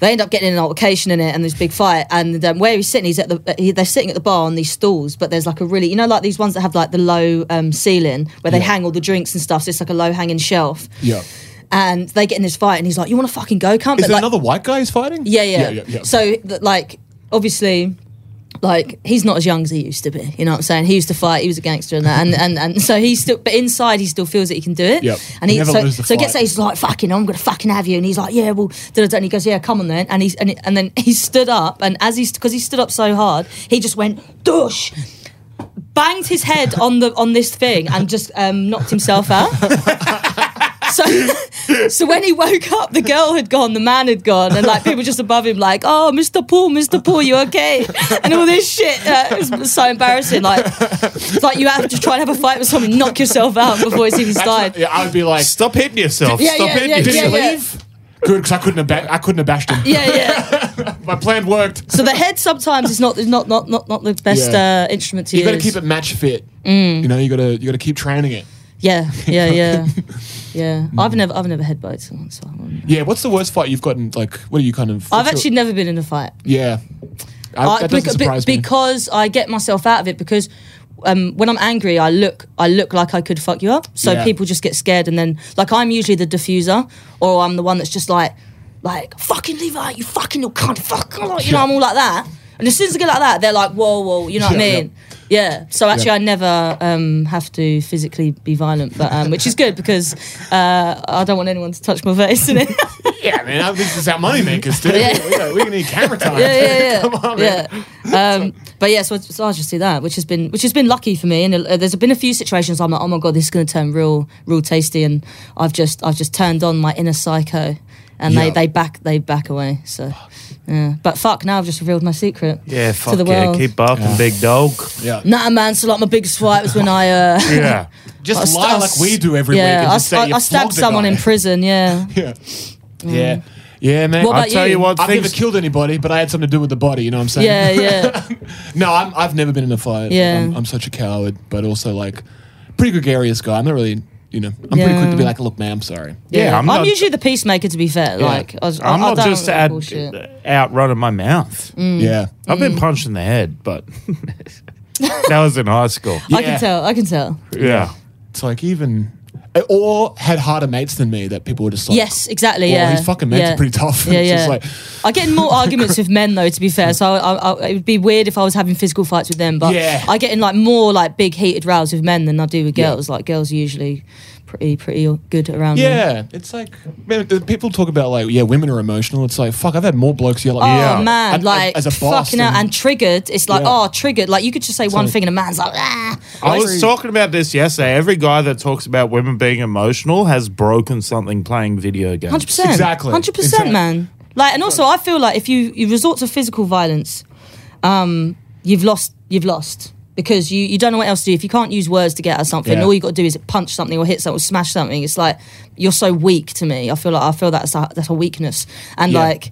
S7: they end up getting in an altercation in it and this big fight and um, where he's sitting he's at the he, they're sitting at the bar on these stools but there's like a really you know like these ones that have like the low um, ceiling where they
S8: Yeah.
S7: hang all the drinks and stuff so it's like a low hanging shelf
S8: Yeah.
S7: and they get in this fight and he's like you want to fucking go cunt
S8: Is
S7: But,
S8: there
S7: like,
S8: another white guy he's fighting?
S7: yeah, yeah.
S8: Yeah, yeah, yeah.
S7: So, th- like, obviously, like he's not as young as he used to be. You know what I'm saying? He used to fight. He was a gangster and that. And and, and so he's still, but inside he still feels that he can do it.
S8: Yep.
S7: And he
S8: Never
S7: so,
S8: lose the
S7: so he gets
S8: fight.
S7: there. He's like, "Fucking, I'm gonna fucking have you." And he's like, "Yeah, well," da, da, da. and he goes, "Yeah, come on then." And he's and, he- and then he stood up and as he's because he stood up so hard, he just went dush. Banged his head on the on this thing and just um, knocked himself out. So, so when he woke up, the girl had gone, the man had gone, and like people just above him, like, "Oh, Mr. Paul, Mr. Paul, you okay?" And all this shit. Uh, it was so embarrassing. Like, it's like you have to try and have a fight with someone, knock yourself out before it's even started.
S8: Yeah, I would be like,
S3: Stop hitting yourself.
S7: Yeah,
S3: Stop
S7: yeah,
S3: hitting
S7: yeah,
S8: did
S7: yeah,
S8: he
S3: yourself.
S7: yeah.
S8: leave? Good, because I couldn't have. Ba- I couldn't have bashed him.
S7: Yeah, yeah.
S8: My plan worked.
S7: So the head sometimes is not is not not not, not the best
S8: Yeah.
S7: uh, instrument to
S8: You got to
S7: use.
S8: keep it match fit.
S7: Mm.
S8: You know, you got to you got to keep training it.
S7: Yeah, yeah, yeah, yeah. I've never I've never headbutted someone, so I wouldn't-
S8: Yeah. What's the worst fight you've gotten? Like, what are you kind of?
S7: I've
S8: what's
S7: actually
S8: your-
S7: never been in a fight.
S8: yeah. I,
S7: I-
S8: that doesn't
S7: beca- be-
S8: surprise me.
S7: Uh, because I get myself out of it because um, when I'm angry, I look I look like I could fuck you up. So
S8: Yeah.
S7: people just get scared, and then like I'm usually the diffuser, or I'm the one that's just like like fucking leave it out, you fucking little cunt, fuck, like, you know, I'm all like that. And as soon as I get like that, they're like, whoa, whoa, you know what I
S8: Yeah,
S7: mean? Yeah. So actually, I never um, have to physically be violent, but um, which is good because uh, I don't want anyone to touch my face in it.
S8: Yeah, man, I- this is our money makers, dude.
S7: Yeah.
S8: We- we, we need camera time.
S7: yeah, yeah, yeah.
S8: Come on, man.
S7: yeah. Um, but yeah, so, so I just do that, which has been which has been lucky for me. And uh, there's been a few situations I'm like, oh my god, this is going to turn real, real tasty, and I've just I've just turned on my inner psycho, and
S8: Yeah.
S7: they they back they back away. So, yeah. But fuck, now I've just revealed my secret.
S3: Yeah,
S7: to the
S3: fuck yeah.
S7: world.
S3: Keep barking, big dog.
S8: Yeah.
S7: Nah, man. So like my biggest fight was when I uh,
S3: Yeah.
S8: Just
S7: I st-
S8: lie
S7: I
S8: like
S7: s-
S8: we do every week.
S7: yeah
S8: and
S7: I,
S8: just say
S7: I,
S8: you
S7: I stabbed
S8: flogged a
S7: someone
S8: guy.
S7: in prison. Yeah,
S8: Yeah. Yeah. Yeah, man.
S7: What
S3: I
S7: about
S3: tell you,
S7: you?
S3: what,
S8: I've
S3: things
S8: never killed anybody, but I had something to do with the body. You know what I'm saying?
S7: yeah, yeah.
S8: No, I'm, I've never been in a fight.
S7: Yeah.
S8: I'm, I'm such a coward, but also like pretty gregarious guy. I'm not really, you know, I'm pretty
S7: Yeah.
S8: quick to be like, look, man, I'm sorry.
S3: Yeah, I'm
S7: I'm,
S3: not-
S7: usually the peacemaker. To be fair, like I, was- I,
S3: I'm
S7: I
S3: not
S7: don't
S3: just
S7: like
S3: ad-
S7: bullshit.
S3: out running my mouth.
S7: Mm.
S8: Yeah.
S3: I've been punched in the head, but that was in high school.
S7: I
S8: Yeah.
S7: can tell. I can tell.
S3: Yeah.
S8: It's like even, or had harder mates than me that people were just like,
S7: Yes, exactly.
S8: Well,
S7: yeah,
S8: his fucking mates
S7: yeah.
S8: are pretty tough.
S7: Yeah,
S8: It's just
S7: yeah.
S8: like-
S7: I get in more arguments with men though. To be fair, so I, I, I, it would be weird if I was having physical fights with them. But
S8: Yeah.
S7: I get in like more like big heated rows with men than I do with girls. Like girls are usually pretty pretty good around. them.
S8: Yeah, it's like man, the people talk about like yeah, women are emotional. It's like fuck, I've had more blokes yell at
S7: Oh
S8: me out
S7: man,
S8: and- and-
S7: like
S8: as a boss
S7: fucking out
S8: than-
S7: and triggered. It's like
S8: Yeah.
S7: oh triggered. Like you could just say one thing and a man's like ah.
S3: I was talking about this yesterday. Every guy that talks about women being emotional has broken something playing video games.
S7: Hundred percent.
S8: Exactly.
S7: Hundred
S8: Exactly.
S7: percent, man. Like, and also, I feel like if you, you resort to physical violence, um, you've lost. You've lost because you, you don't know what else to do. If you can't use words to get at something,
S8: Yeah.
S7: all you got to do is punch something or hit something or smash something. It's like you're so weak to me. I feel like I feel that's a, that's a weakness. And
S8: Yeah.
S7: like,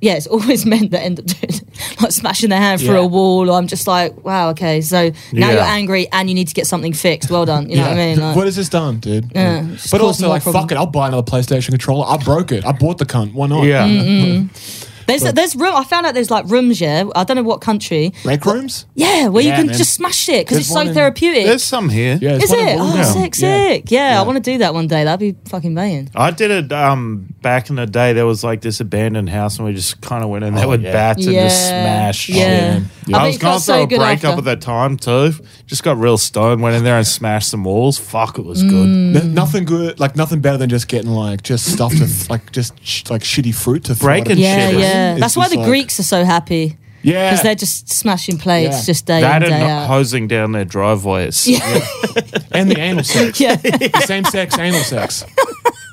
S7: yeah, it's always men that end up doing like smashing their hand through
S8: Yeah.
S7: a wall. Or I'm just like, wow, okay, so now
S3: Yeah.
S7: you're angry and you need to get something fixed. Well done. You know what I mean? Like,
S8: what has this done, dude?
S7: Yeah, it's just
S8: but
S7: caused
S8: also
S7: more
S8: like
S7: problem.
S8: fuck it, I'll buy another PlayStation controller. I broke it. I bought the cunt. Why not?
S3: Yeah.
S7: Mm-hmm. there's there's room. I found out there's like rooms. Yeah, I don't know what country.
S8: Rec rooms?
S7: Yeah, where
S8: Yeah,
S7: you can
S8: man.
S7: just smash it because
S8: There's
S7: it's so
S8: one in-
S7: therapeutic.
S3: There's some here.
S8: Yeah,
S7: Is
S8: it's one in
S7: it? Oh,
S8: Wollongong.
S7: sick,
S8: Yeah.
S7: sick. Yeah,
S8: Yeah.
S7: I want to do that one day. That'd be fucking banging.
S3: I did it um, back in the day. There was like this abandoned house, and we just kind of went in there with bats and just
S7: Yeah.
S3: smashed.
S7: Yeah. Yeah. I
S3: I,
S7: bet
S3: was
S7: you got
S3: going
S7: so
S3: through a
S7: good
S3: breakup
S7: after.
S3: at that time too. Just got real stoned, went in there and smashed some walls. Fuck, it was
S7: Mm,
S3: good.
S8: N- nothing good, like nothing better than just getting like just stuff to like just sh- like shitty fruit to throw
S3: Breaking
S8: at a-
S7: Yeah,
S3: shit,
S7: yeah.
S8: It's
S7: That's why
S8: just
S7: the
S8: like-
S7: Greeks are so happy
S8: Yeah,
S7: because they're just smashing plates
S8: Yeah.
S7: just day
S3: That and
S7: in day
S3: not
S7: out.
S3: hosing down their driveways.
S8: and the anal sex,
S7: yeah,
S8: the same sex anal sex.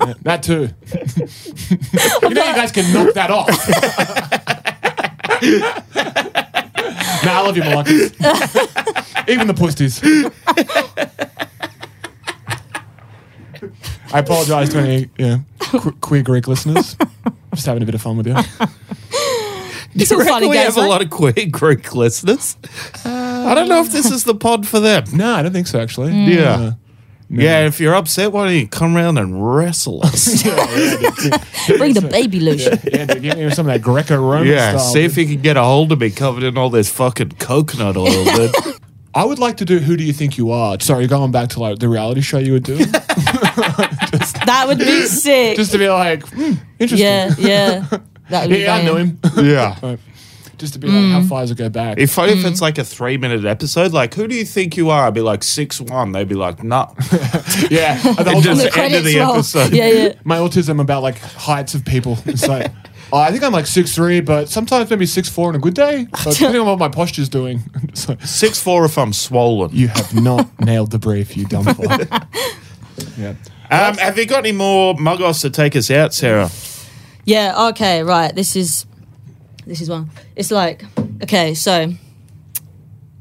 S8: Yeah, that too. you know, you guys can knock that off. nah, I love you, Malakas. Even the pussies. I apologize to any yeah, que- queer Greek listeners. Just having a bit of fun with you.
S7: it's all
S3: Reckon
S7: fun and
S3: we
S7: games.
S3: have a
S7: right?
S3: lot of queer Greek listeners. I don't know if this is the pod for them.
S8: No, I don't think so, actually.
S3: Yeah. Yeah, if you're upset, why don't you come round and wrestle us?
S7: Bring the baby loose.
S8: Yeah, dude, give me some of that Greco-Roman
S3: yeah,
S8: style.
S3: see if you can get a hold of me covered in all this fucking coconut oil, dude.
S8: I would like to do Who Do You Think You Are? Sorry, going back to like the reality show you were doing.
S7: That would be sick.
S8: just to be like, hmm, interesting.
S7: yeah, yeah. That would be
S8: Yeah, I know
S7: banging. Mm.
S8: him.
S3: yeah.
S8: just to be like, how far does it go back?
S3: If only if it's like a three minute episode, like who do you think you are? I'd be like six one. They'd be like, nah.
S8: yeah, the whole
S3: And
S8: time-
S3: just the
S7: The
S3: end of
S7: credits
S3: the
S7: roll.
S3: episode.
S7: Yeah, yeah.
S8: my autism about like heights of people. It's like, oh, I think I'm like six three, but sometimes maybe six four on a good day, but depending on what my posture's doing. It's like,
S3: Six four if I'm swollen.
S8: you have not nailed the brief, you dumb fuck. yeah.
S3: Um, have you got any more muggos to take us out, Sarah?
S7: Yeah, okay, right. This is this is one. It's like okay, so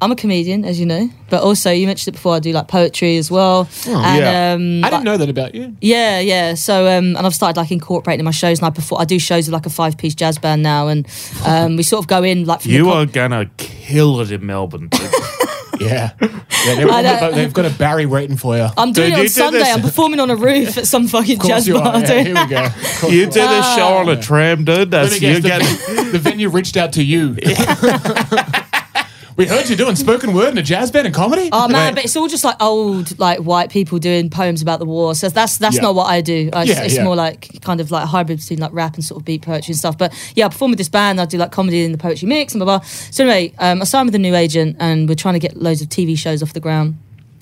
S7: I'm a comedian, as you know, but also you mentioned it before. I do like poetry as well,
S8: Oh,
S7: and
S3: yeah.
S7: um,
S8: I didn't know that about you.
S7: yeah, yeah. So um, and I've started like incorporating my shows, and I perform. I do shows with like a five piece jazz band now, and um, we sort of go in like from the
S3: You
S7: co-
S3: are gonna kill it in Melbourne. Dude.
S8: Yeah. yeah they've,
S7: I don't-
S8: they've got a Barry waiting for you.
S7: I'm
S3: Dude,
S7: doing it
S3: you
S7: on
S3: did
S7: Sunday.
S3: this-
S7: I'm performing on a roof at some fucking
S8: Of course
S7: jazz
S8: you
S7: bar.
S8: are. Yeah,
S7: dude.
S8: here we go. Of course
S3: you
S8: are.
S3: did this show on a tram, dude.
S8: Let me
S3: That's
S8: guess,
S3: you get
S8: the, the venue reached out to you. we heard you doing spoken word and a jazz band and comedy.
S7: Oh man, but it's all just like old, like white people doing poems about the war. So that's that's
S8: Yeah.
S7: not what I do. I,
S8: Yeah,
S7: it's
S8: yeah.
S7: more like kind of like hybrid between like rap and sort of beat poetry and stuff. But yeah, I perform with this band. I do like comedy in the poetry mix and blah blah. So anyway, um, I signed with a new agent, and we're trying to get loads of TV shows off the ground.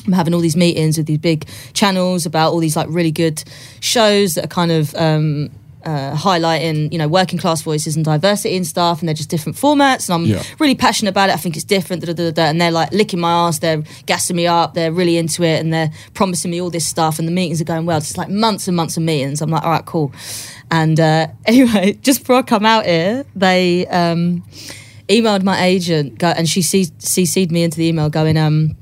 S7: I'm having all these meetings with these big channels about all these like really good shows that are kind of um, uh, highlighting you know working class voices and diversity and stuff, and they're just different formats. And I'm
S8: Yeah.
S7: really passionate about it. I think it's different. Da, da, da, da, and they're like licking my ass. They're gassing me up. They're really into it, and they're promising me all this stuff. And the meetings are going well. It's like months and months of meetings. I'm like, all right, cool. And uh, anyway, just before I come out here, they um, emailed my agent, go, and she C- CC'd me into the email, going, um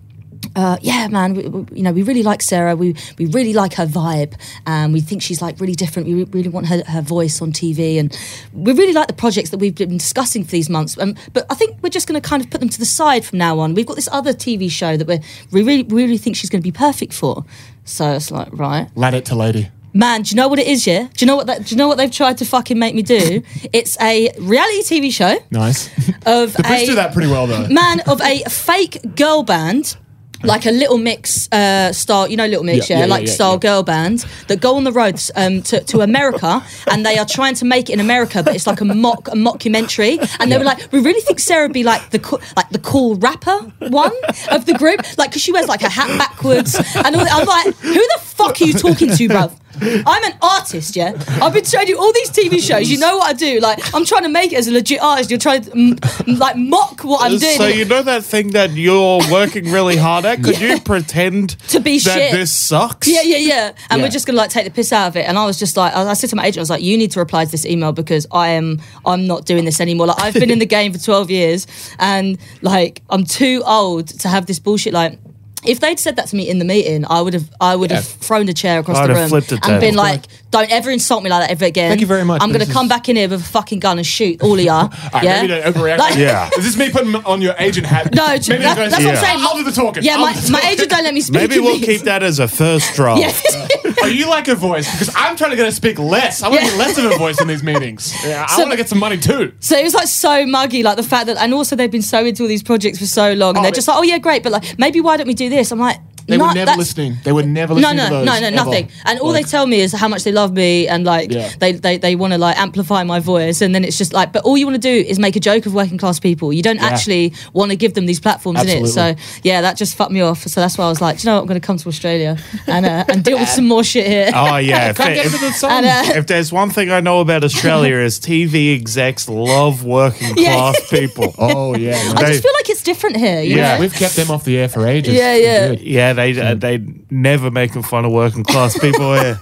S7: uh, yeah, man, we, we, you know, we really like Sarah. We we really like her vibe, and we think she's like really different. We re- really want her, her voice on TV, and we really like the projects that we've been discussing for these months. Um, but I think we're just going to kind of put them to the side from now on. We've got this other TV show that we're, we really we really think she's going to be perfect for. So it's like, right,
S8: Lad it to lady.
S7: man, do you know what it is? Yeah, do you know what that? Do you know what they've tried to fucking make me do? it's a reality TV show
S8: Nice.
S7: of
S8: the Brits
S7: a-
S8: do that pretty well though.
S7: man of a fake girl band. Like a little mix uh, style, you know, little mix,
S8: Yeah,
S7: yeah,
S8: yeah, yeah,
S7: like
S8: yeah,
S7: style
S8: yeah.
S7: girl band that go on the roads um, to, to America and they are trying to make it in America, but it's like a mock a mockumentary. And they were like, we really think Sarah would be like the co- like the cool rapper one of the group, like because she wears like a hat backwards and all that. I'm like, who the fuck are you talking to, bruv? I'm an artist, yeah. I've been showing you all these TV shows. You know what I do? Like, I'm trying to make it as a legit artist. You're trying to m- m- like mock what I'm doing.
S3: So you know that thing that you're working really hard at? Could you pretend
S7: To be
S3: that
S7: shit.
S3: this sucks?
S7: Yeah, yeah, yeah. And
S8: Yeah.
S7: we're just gonna like take the piss out of it. And I was just like, I, I said to my agent, I was like, you need to reply to this email because I am, I'm not doing this anymore. Like I've been in the game for 12 years, and like I'm too old to have this bullshit. Like. If they'd said that to me in the meeting, I would have I would have
S8: Yeah.
S7: thrown a chair across
S3: I'd
S7: the
S3: have
S7: room
S3: flipped a
S7: and been
S3: table.
S7: like, "Don't ever insult me like that ever again."
S8: Thank you very much,
S7: I'm
S8: but
S7: gonna
S8: this
S7: come
S8: is-
S7: back in here with a fucking gun and shoot all of ya.
S8: All right,
S7: yeah,
S8: maybe don't overreact.
S7: Like-
S3: Yeah.
S8: Is this me putting on your agent hat?
S7: No,
S8: Maybe
S7: that-
S8: you
S7: that's what I'm
S3: Yeah.
S7: saying.
S8: I'll do the talking.
S7: yeah.
S8: I'll
S7: My,
S8: do the
S7: my
S8: talking."
S7: agent don't let me speak.
S3: Maybe
S7: in
S3: we'll
S7: meetings.
S3: keep that as a first draft.
S7: Yeah.
S8: Are you like a voice? Because I'm trying to get to speak less. I want to
S7: Yeah.
S8: be less of a voice in these meetings. Yeah, I
S7: So-
S8: want to get some money too.
S7: So it was like so muggy, like the fact that, and also they've been so into all these projects for so long, and
S8: Oh,
S7: they're
S8: they-
S7: just like, oh yeah, great, but like maybe why don't we do this? I'm like,
S8: They
S7: no,
S8: were never
S7: that's-
S8: listening. They were never
S7: No,
S8: listening to
S7: no,
S8: those.
S7: no, no,
S8: ever.
S7: nothing. And all
S8: Like-
S7: they tell me is how much they love me and like
S8: Yeah.
S7: they, they, they want to like amplify my voice. And then it's just like, but all you want to do is make a joke of working class people. You don't actually want to give them these platforms in it. So
S8: Absolutely.
S7: yeah, that just fucked me off. So that's why I was like, do you know what? I'm going to come to Australia and, uh, and deal with some more shit here.
S3: Oh yeah. If,
S8: get
S3: if-
S8: rid of the song.
S7: And, uh,
S3: if there's one thing I know about Australia is TV execs love working
S7: Yeah.
S3: class people.
S8: Oh yeah. man.
S7: I
S3: they-
S7: just feel like it's different here. You
S3: Yeah.
S7: yeah.
S8: Yeah, we've kept them off the air for ages.
S7: Yeah, yeah.
S8: Good.
S3: Yeah, they uh, they never making fun of working class people here.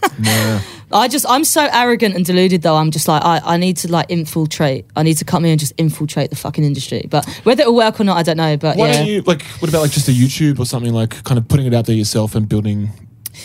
S7: I just I'm so arrogant and deluded though. I'm just like I, I need to like infiltrate. I need to come here and just infiltrate the fucking industry. But whether it'll work or not, I don't know. But
S8: Why
S7: yeah.
S8: don't you like? What about like just a YouTube or something like kind of putting it out there yourself and building?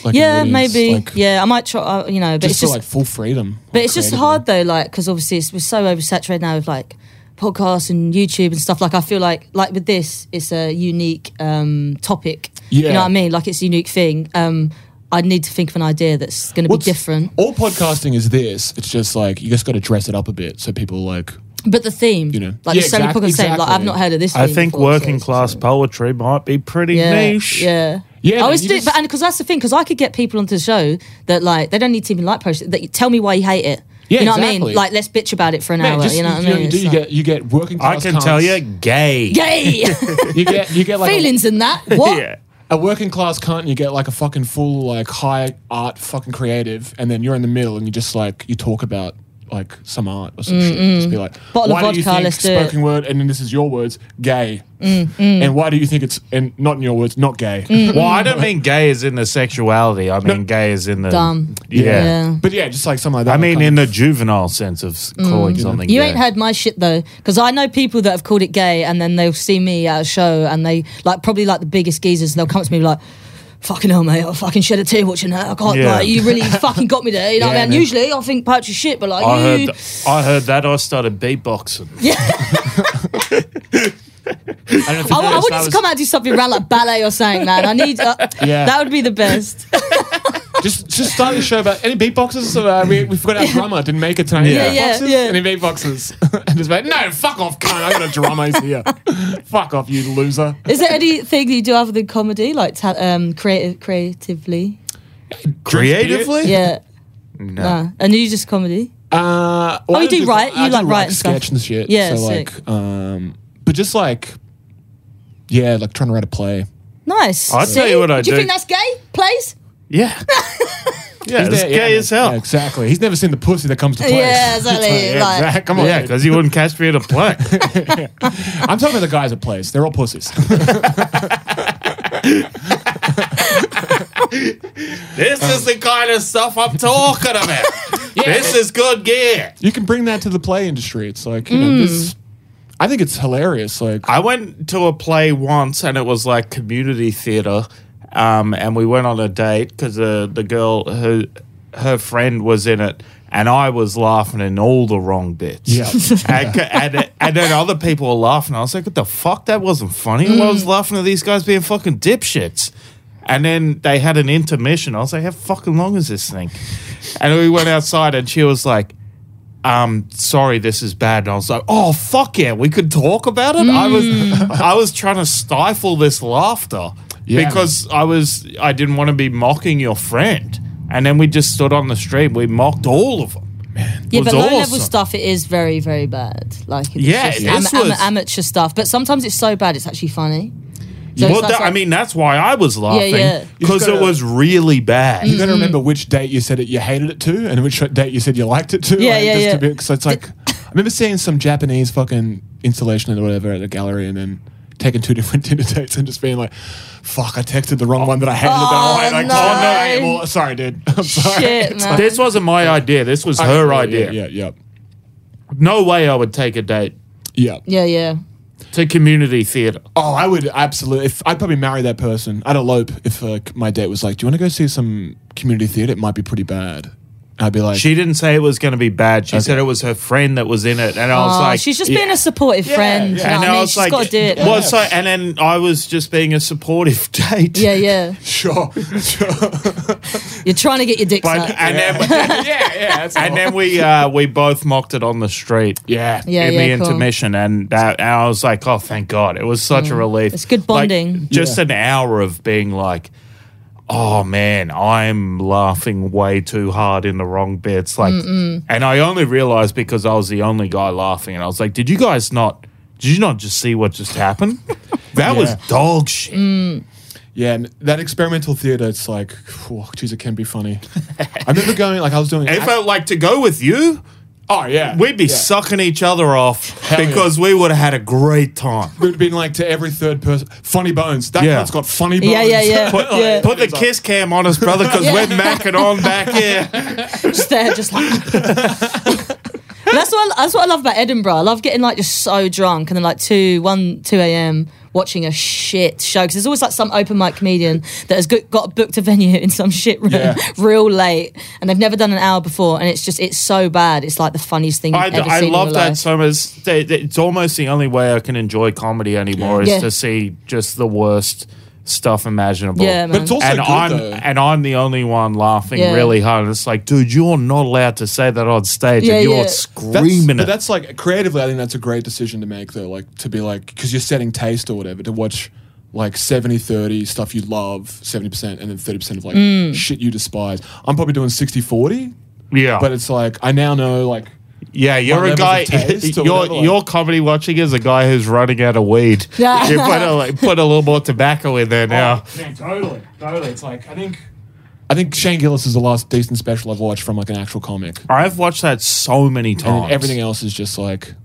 S8: Like, an
S7: yeah,
S8: audience,
S7: maybe.
S8: like,
S7: yeah, I might try. Uh, you know, but
S8: Just,
S7: it's
S8: for
S7: just
S8: like full freedom.
S7: but it's just hard though. Like because obviously it's, we're so oversaturated now with like podcasts and YouTube and stuff. Like I feel like like with this, it's a unique um topic.
S8: Yeah.
S7: You know what I mean? Like it's a unique thing. Um, I need to think of an idea that's going to be different.
S8: All podcasting is this. It's just like you just got to dress it up a bit so people like.
S7: But the theme,
S8: You know.
S7: like
S8: Yeah,
S7: there's so many
S8: exact-
S7: people saying, like
S8: exactly.
S7: I've not heard of this.
S3: I
S7: theme
S3: think
S7: before, so
S3: working
S7: it's-
S3: class poetry might be pretty
S7: yeah,
S3: niche.
S7: Yeah.
S8: Yeah,
S7: I always
S8: you
S7: do,
S8: just-
S7: but and because that's the thing, because I could get people onto the show that like they don't need to even like post that you tell me why you hate it.
S8: Yeah,
S7: you know what I
S8: exactly.
S7: mean? Like let's bitch about it for an
S8: Man,
S7: hour.
S8: just-
S7: you know what I mean?
S8: You,
S7: It's
S8: do, you
S7: like-
S8: get you get working
S3: I
S8: class.
S3: can
S8: cunts.
S3: tell you, gay.
S7: Yay!
S8: You get you get like a-
S7: Feelings in that. What?
S3: Yeah.
S8: a working class cunt and you get like a fucking full like high art fucking creative and then you're in the middle and you just like you talk about like some art or some shit. Just be like
S7: Bottle of
S8: why do you
S7: vodka,
S8: think
S7: let's do it."
S8: spoken word and then this is your words, gay. And why do you think it's and not in your words, not gay.
S7: Mm.
S3: Well, I don't mean gay as in the sexuality. I mean gay as in the
S7: Dumb.
S3: Yeah.
S7: Yeah.
S8: But yeah, just like something like that.
S3: I mean
S8: kind
S3: in
S8: of-
S3: the juvenile sense of s- calling something.
S7: Mm. You
S3: gay.
S7: ain't heard my shit though, because I know people that have called it gay, and then they'll see me at a show, and they like probably like the biggest geezers, and they'll come up to me and be like. Fucking hell, mate! I fucking shed a tear watching that. I can't.
S3: Yeah.
S7: Like, you really fucking got me there. You know what I
S8: Yeah,
S7: mean?
S8: man.
S7: Usually, I think poetry's shit, but like
S3: I
S7: you,
S3: heard I heard that I started beatboxing.
S8: I, don't know if
S7: Oh, I,
S8: you
S7: I
S8: noticed,
S7: want
S8: I
S7: you to
S8: was-
S7: come out and do something around like ballet or something, man. I need uh,
S8: Yeah.
S7: that would be the best.
S8: Just just start the show about any beatboxers. Uh, we, we forgot our drummer didn't make it tonight.
S3: Yeah.
S8: Any
S7: Yeah, yeah,
S8: beatboxers?
S7: yeah.
S8: Any beatboxers? and just like, no, fuck off, cunt. I got a drummer He's here. fuck off, you loser.
S7: Is there anything that you do other than comedy, like ta- um, creative, creatively?
S3: Creatively?
S7: Yeah,
S3: No.
S7: nah. and you just comedy.
S8: Uh, well,
S7: Oh,
S8: I
S7: you
S8: don't
S7: do write?
S8: I
S7: You,
S8: do
S7: like, write and stuff?
S8: sketch and shit.
S7: Yeah,
S8: so
S7: sick.
S8: like, um, but just like, yeah, like trying to write a play.
S7: Nice.
S3: I'll tell
S7: See?
S3: you what I
S7: do. You
S3: do.
S7: think that's gay? Plays?
S3: Yeah. yeah, it's
S8: He's there-
S3: gay
S8: yeah,
S3: as hell.
S8: yeah, exactly. He's never seen the pussy that comes to play.
S7: Yeah, exactly. like,
S8: exactly. Come on.
S3: Yeah, because you wouldn't catch me in a play.
S8: I'm talking about the guys at plays. They're all pussies.
S3: this is the kind of stuff I'm talking about. This is good gear.
S8: you can bring that to the play industry. It's like, you
S7: Mm.
S8: know, this. I think it's hilarious. Like,
S3: I went to a play once and it was like community theater. Um, and we went on a date because the, the girl, her, her friend was in it. And I was laughing in all the wrong bits.
S8: Yeah.
S3: and, and, and then other people were laughing. I was like, what the fuck? That wasn't funny. I was laughing at these guys being fucking dipshits. And then they had an intermission. I was like, how fucking long is this thing? And we went outside and she was like, um, sorry, this is bad. And I was like, oh fuck yeah, we could talk about it. I was
S7: Mm.
S3: I was trying to stifle this laughter
S8: Yeah.
S3: because I was I didn't want to be mocking your friend. And then we just stood on the street. We mocked all of them.
S7: Yeah,
S3: was
S7: but low level
S3: awesome.
S7: stuff it is very, very bad. Like it's
S3: Yeah,
S7: just
S3: this
S7: ama- ama-
S3: was-
S7: amateur stuff. But sometimes it's so bad it's actually funny. So
S3: well,
S7: it's like-
S3: that, I mean, that's why I was
S7: yeah. Mm.
S3: laughing
S8: You've
S3: because it
S8: gotta-
S3: was really bad.
S8: You
S7: Mm-hmm.
S8: gotta remember which date you said it you hated it to, and which date you said you liked it to.
S7: Yeah,
S8: like,
S7: yeah,
S8: just
S7: yeah.
S8: To be, cause it's like I remember seeing some Japanese fucking installation or whatever at a gallery, and then taking two different Tinder dates and just being like, "Fuck, I texted the wrong one that I hated." that one. Like,
S7: no.
S8: oh no, well, sorry, dude. I'm sorry.
S7: Shit, man.
S3: This wasn't my idea. This was her
S8: Yeah,
S3: idea.
S8: Yeah, yeah,
S3: No way I would take a date
S8: yeah. yeah.
S7: yeah, yeah.
S3: to community theater.
S8: Oh, I would absolutely. If I'd probably marry that person, I'd elope if uh, my date was like, "Do you want to go see some community theater? It might be pretty bad." I'd be like,
S3: She didn't say it was going to be bad. She said it was her friend that was in it, and I was
S7: Oh,
S3: like,
S7: she's just
S3: yeah.
S7: being a supportive friend.
S8: yeah.
S7: You know
S3: And
S7: what
S3: I
S7: I mean?
S3: was
S7: She's
S3: like,
S7: got to do it.
S3: Well, so and then I was just being a supportive date.
S7: Yeah, yeah.
S8: "Sure, sure."
S7: You're trying to get your dick
S3: But,
S7: sucked.
S3: and then,
S8: yeah, yeah. That's
S3: and then we uh, we both mocked it on the street.
S8: Yeah.
S7: Yeah,
S3: in
S7: yeah,
S3: the
S7: cool.
S3: intermission, and that and I was like, oh, thank God, it was such a relief.
S7: Mm. It's good
S3: Like,
S7: bonding.
S3: just
S8: Yeah.
S3: an hour of being like, oh man, I'm laughing way too hard in the wrong bits. Like, and I only realized because I was the only guy laughing, and I was like, did you guys not? Did you not just see what just happened? That was
S8: Yeah.
S3: dog shit.
S7: Mm.
S8: Yeah, and that experimental theater, it's like, oh, geez, it can be funny. I remember going, like, I was doing.
S3: It felt like to go with you.
S8: oh, yeah.
S3: We'd be
S8: yeah.
S3: sucking each other off
S8: yeah.
S3: because we would have had a great time.
S8: It would have been like to every third person, funny bones. That
S3: Yeah.
S8: cunt's got funny bones.
S7: Yeah, yeah, yeah.
S3: Put,
S7: yeah.
S3: put the kiss cam on us, brother, because
S7: Yeah.
S3: we're macking on back here.
S7: just there, just like. that's what I, that's what I love about Edinburgh. I love getting like just so drunk and then like two one two a.m. watching a shit show because there's always like some open mic comedian that has go- got booked a venue in some shit room
S8: Yeah.
S7: real late and they've never done an hour before and it's just it's so bad. It's like the funniest thing
S3: I,
S7: you've ever
S3: I
S7: seen in
S3: love
S7: your
S3: that
S7: life.
S3: so much. They- they- It's almost the only way I can enjoy comedy anymore
S7: Yeah.
S3: is to see just the worst stuff imaginable.
S7: Yeah, man.
S8: But it's also
S3: and
S8: good,
S3: I'm
S8: though.
S3: and I'm the only one laughing
S7: Yeah.
S3: really hard. And it's like, dude, you're not allowed to say that on stage,
S7: Yeah,
S3: and you're
S7: yeah.
S8: That's-
S3: screaming
S8: But
S3: it.
S8: that's like, creatively, I think that's a great decision to make, though. Like, to be like, because you're setting taste or whatever, to watch like 70 30 stuff you love, 70%, and then 30% of like
S7: Hmm.
S8: shit you despise. I'm probably doing 60 40,
S3: yeah,
S8: but it's like, I now know, like,
S3: yeah, you're a
S8: levels
S3: guy.
S8: of taste or
S3: Your
S8: whatever, like-
S3: your comedy watching is a guy who's running out of weed.
S7: Yeah.
S3: you put a, like, put a little more tobacco in there now.
S8: Man, totally, totally. It's like I think. I think Shane Gillis is the last decent special I've watched from like an actual comic,
S3: I've watched that so many
S8: and
S3: times.
S8: then everything else is just like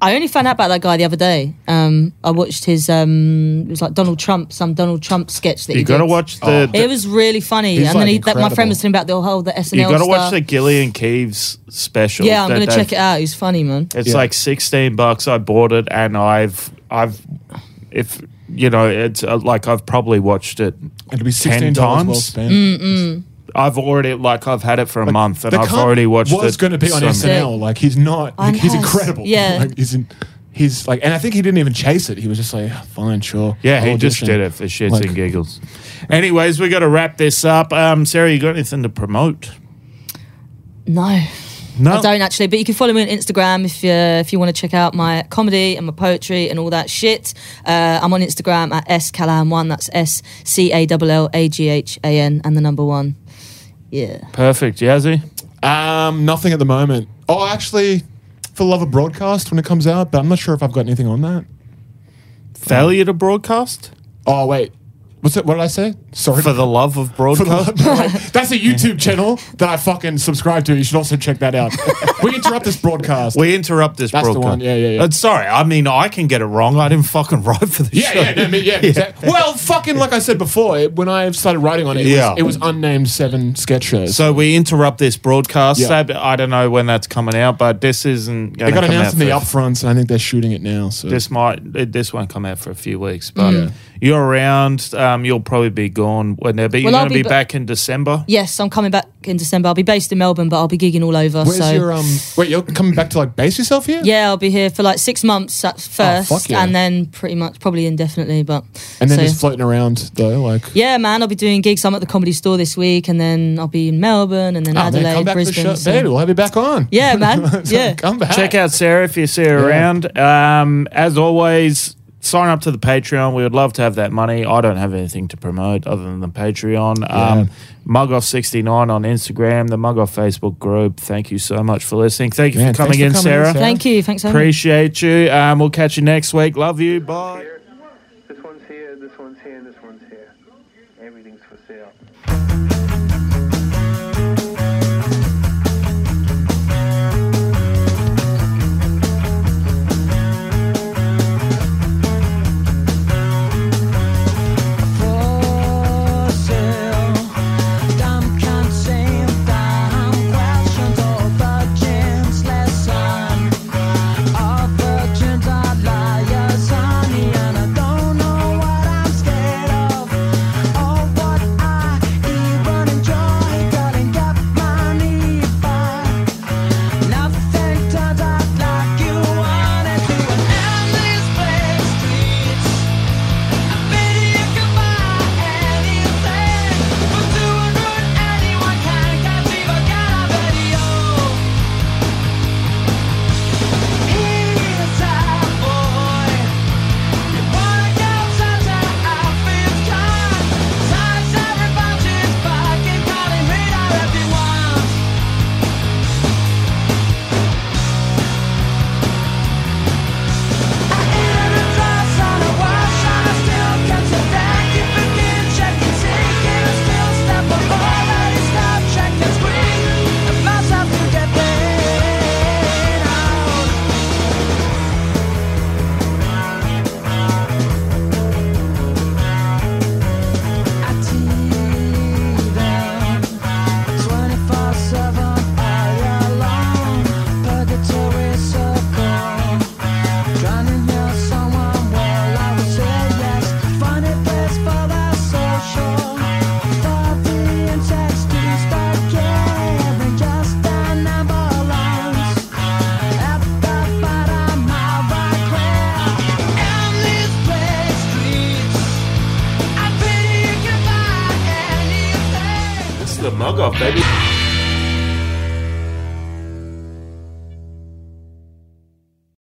S7: I only found out about that guy the other day. Um, I watched his um, it was like Donald Trump, some Donald Trump sketch that
S3: You
S7: he
S3: gotta
S7: did.
S3: watch the.
S7: It was really funny,
S8: He's,
S7: and then
S8: like,
S7: he, that, my
S8: incredible.
S7: friend was talking about the whole the SNL.
S3: you got to
S7: stuff.
S3: watch the Gillian Keeves special.
S7: Yeah, I'm
S3: that
S7: gonna
S3: they've-
S7: check it out. He's funny, man.
S3: It's
S8: Yeah.
S3: like sixteen bucks. I bought it, and I've I've if you know it's uh, like I've probably watched it.
S8: it'll
S3: Ten
S8: be sixteen dollars well
S3: times?
S8: spent.
S3: I've already like I've had it for a month, and
S8: Mm. The
S3: I've
S8: cunt
S3: already watched
S8: Was
S3: it.
S8: going to be on
S3: some-
S8: SNL. Like he's not.
S7: I
S8: he's
S7: know.
S8: incredible.
S7: Yeah.
S8: Like, he's in, he's like, and I think he didn't even chase it. He was just like, "Ah, fine, sure.
S3: Yeah, he
S8: I'll
S3: just
S8: audition."
S3: did it for shits
S8: Like-
S3: and giggles. Anyways, we got to wrap this up. Um, Sarah, you got anything to promote?
S7: No,
S3: No,
S7: I don't actually. But you can follow me on Instagram if you if you want to check out my comedy and my poetry and all that shit. Uh, I'm on Instagram at s callahan one. That's s c a l l a g h a n and the number one. Yeah.
S3: Perfect, Yazzie.
S8: Um, nothing at the moment. Oh, actually, for love of broadcast when it comes out, but I'm not sure if I've got anything on that.
S3: Failure to broadcast
S8: Oh wait, what's it? What did I say? Sorry.
S3: for the love of
S8: For the
S3: broadcast.
S8: love- no, wait. that's a YouTube channel that I fucking subscribe to. You should also check that out. we interrupt this broadcast.
S3: We interrupt this
S8: That's the
S3: broadcast.
S8: one, yeah, yeah, yeah.
S3: Uh, sorry, I mean I can get it wrong. I didn't fucking write for the
S8: yeah,
S3: show.
S8: yeah, no, I mean, yeah, exact- Well, fucking like I said before, it, when I started writing on it, it,
S3: Yeah.
S8: was, it was unnamed seven sketch shows.
S3: So we interrupt this broadcast.
S8: Yeah.
S3: That- I don't know when that's coming out, but this isn't.
S8: they
S3: Gonna
S8: got
S3: come
S8: announced in
S3: out
S8: the
S3: for-
S8: upfronts, and I think they're shooting it now. So
S3: This might. it- This won't come out for a few weeks, but you're around. Um, you'll probably be gone when there. But you're
S7: Well, I'll
S3: going to be,
S7: be ba-
S3: back in December.
S7: Yes, I'm coming back in December. I'll be based in Melbourne, but I'll be gigging all over.
S8: where's
S7: so
S8: your um? Wait, you're coming back to like base yourself here?
S7: yeah, I'll be here for like six months at first,
S8: Oh, yeah.
S7: and then pretty much probably indefinitely. But
S8: and then
S7: so-
S8: just floating around though, like oh,
S7: Yeah, man, I'll be doing gigs. I'm at the comedy store this week, and then I'll be in Melbourne, and then
S8: oh,
S7: Adelaide,
S8: man, come back
S7: Brisbane.
S8: to the show,
S7: so-
S8: baby. We'll have you back on.
S7: Yeah, man. yeah.
S8: come back.
S3: Check out Sarah if you see her around. Um, as always, sign up to the Patreon. We would love to have that money. I don't have anything to promote other than the Patreon. Um, Mug off 69 on Instagram, the Mug off Facebook group. Thank you so much for listening. Thank you
S8: Man,
S3: for
S8: thanks
S3: coming
S8: for
S3: in,
S8: coming in,
S3: Sarah.
S8: Sarah.
S7: Thank you. Thanks so much.
S3: Appreciate you. Um, we'll catch you next week. Love you. Bye.
S6: This one's here, this one's
S1: mug off, baby.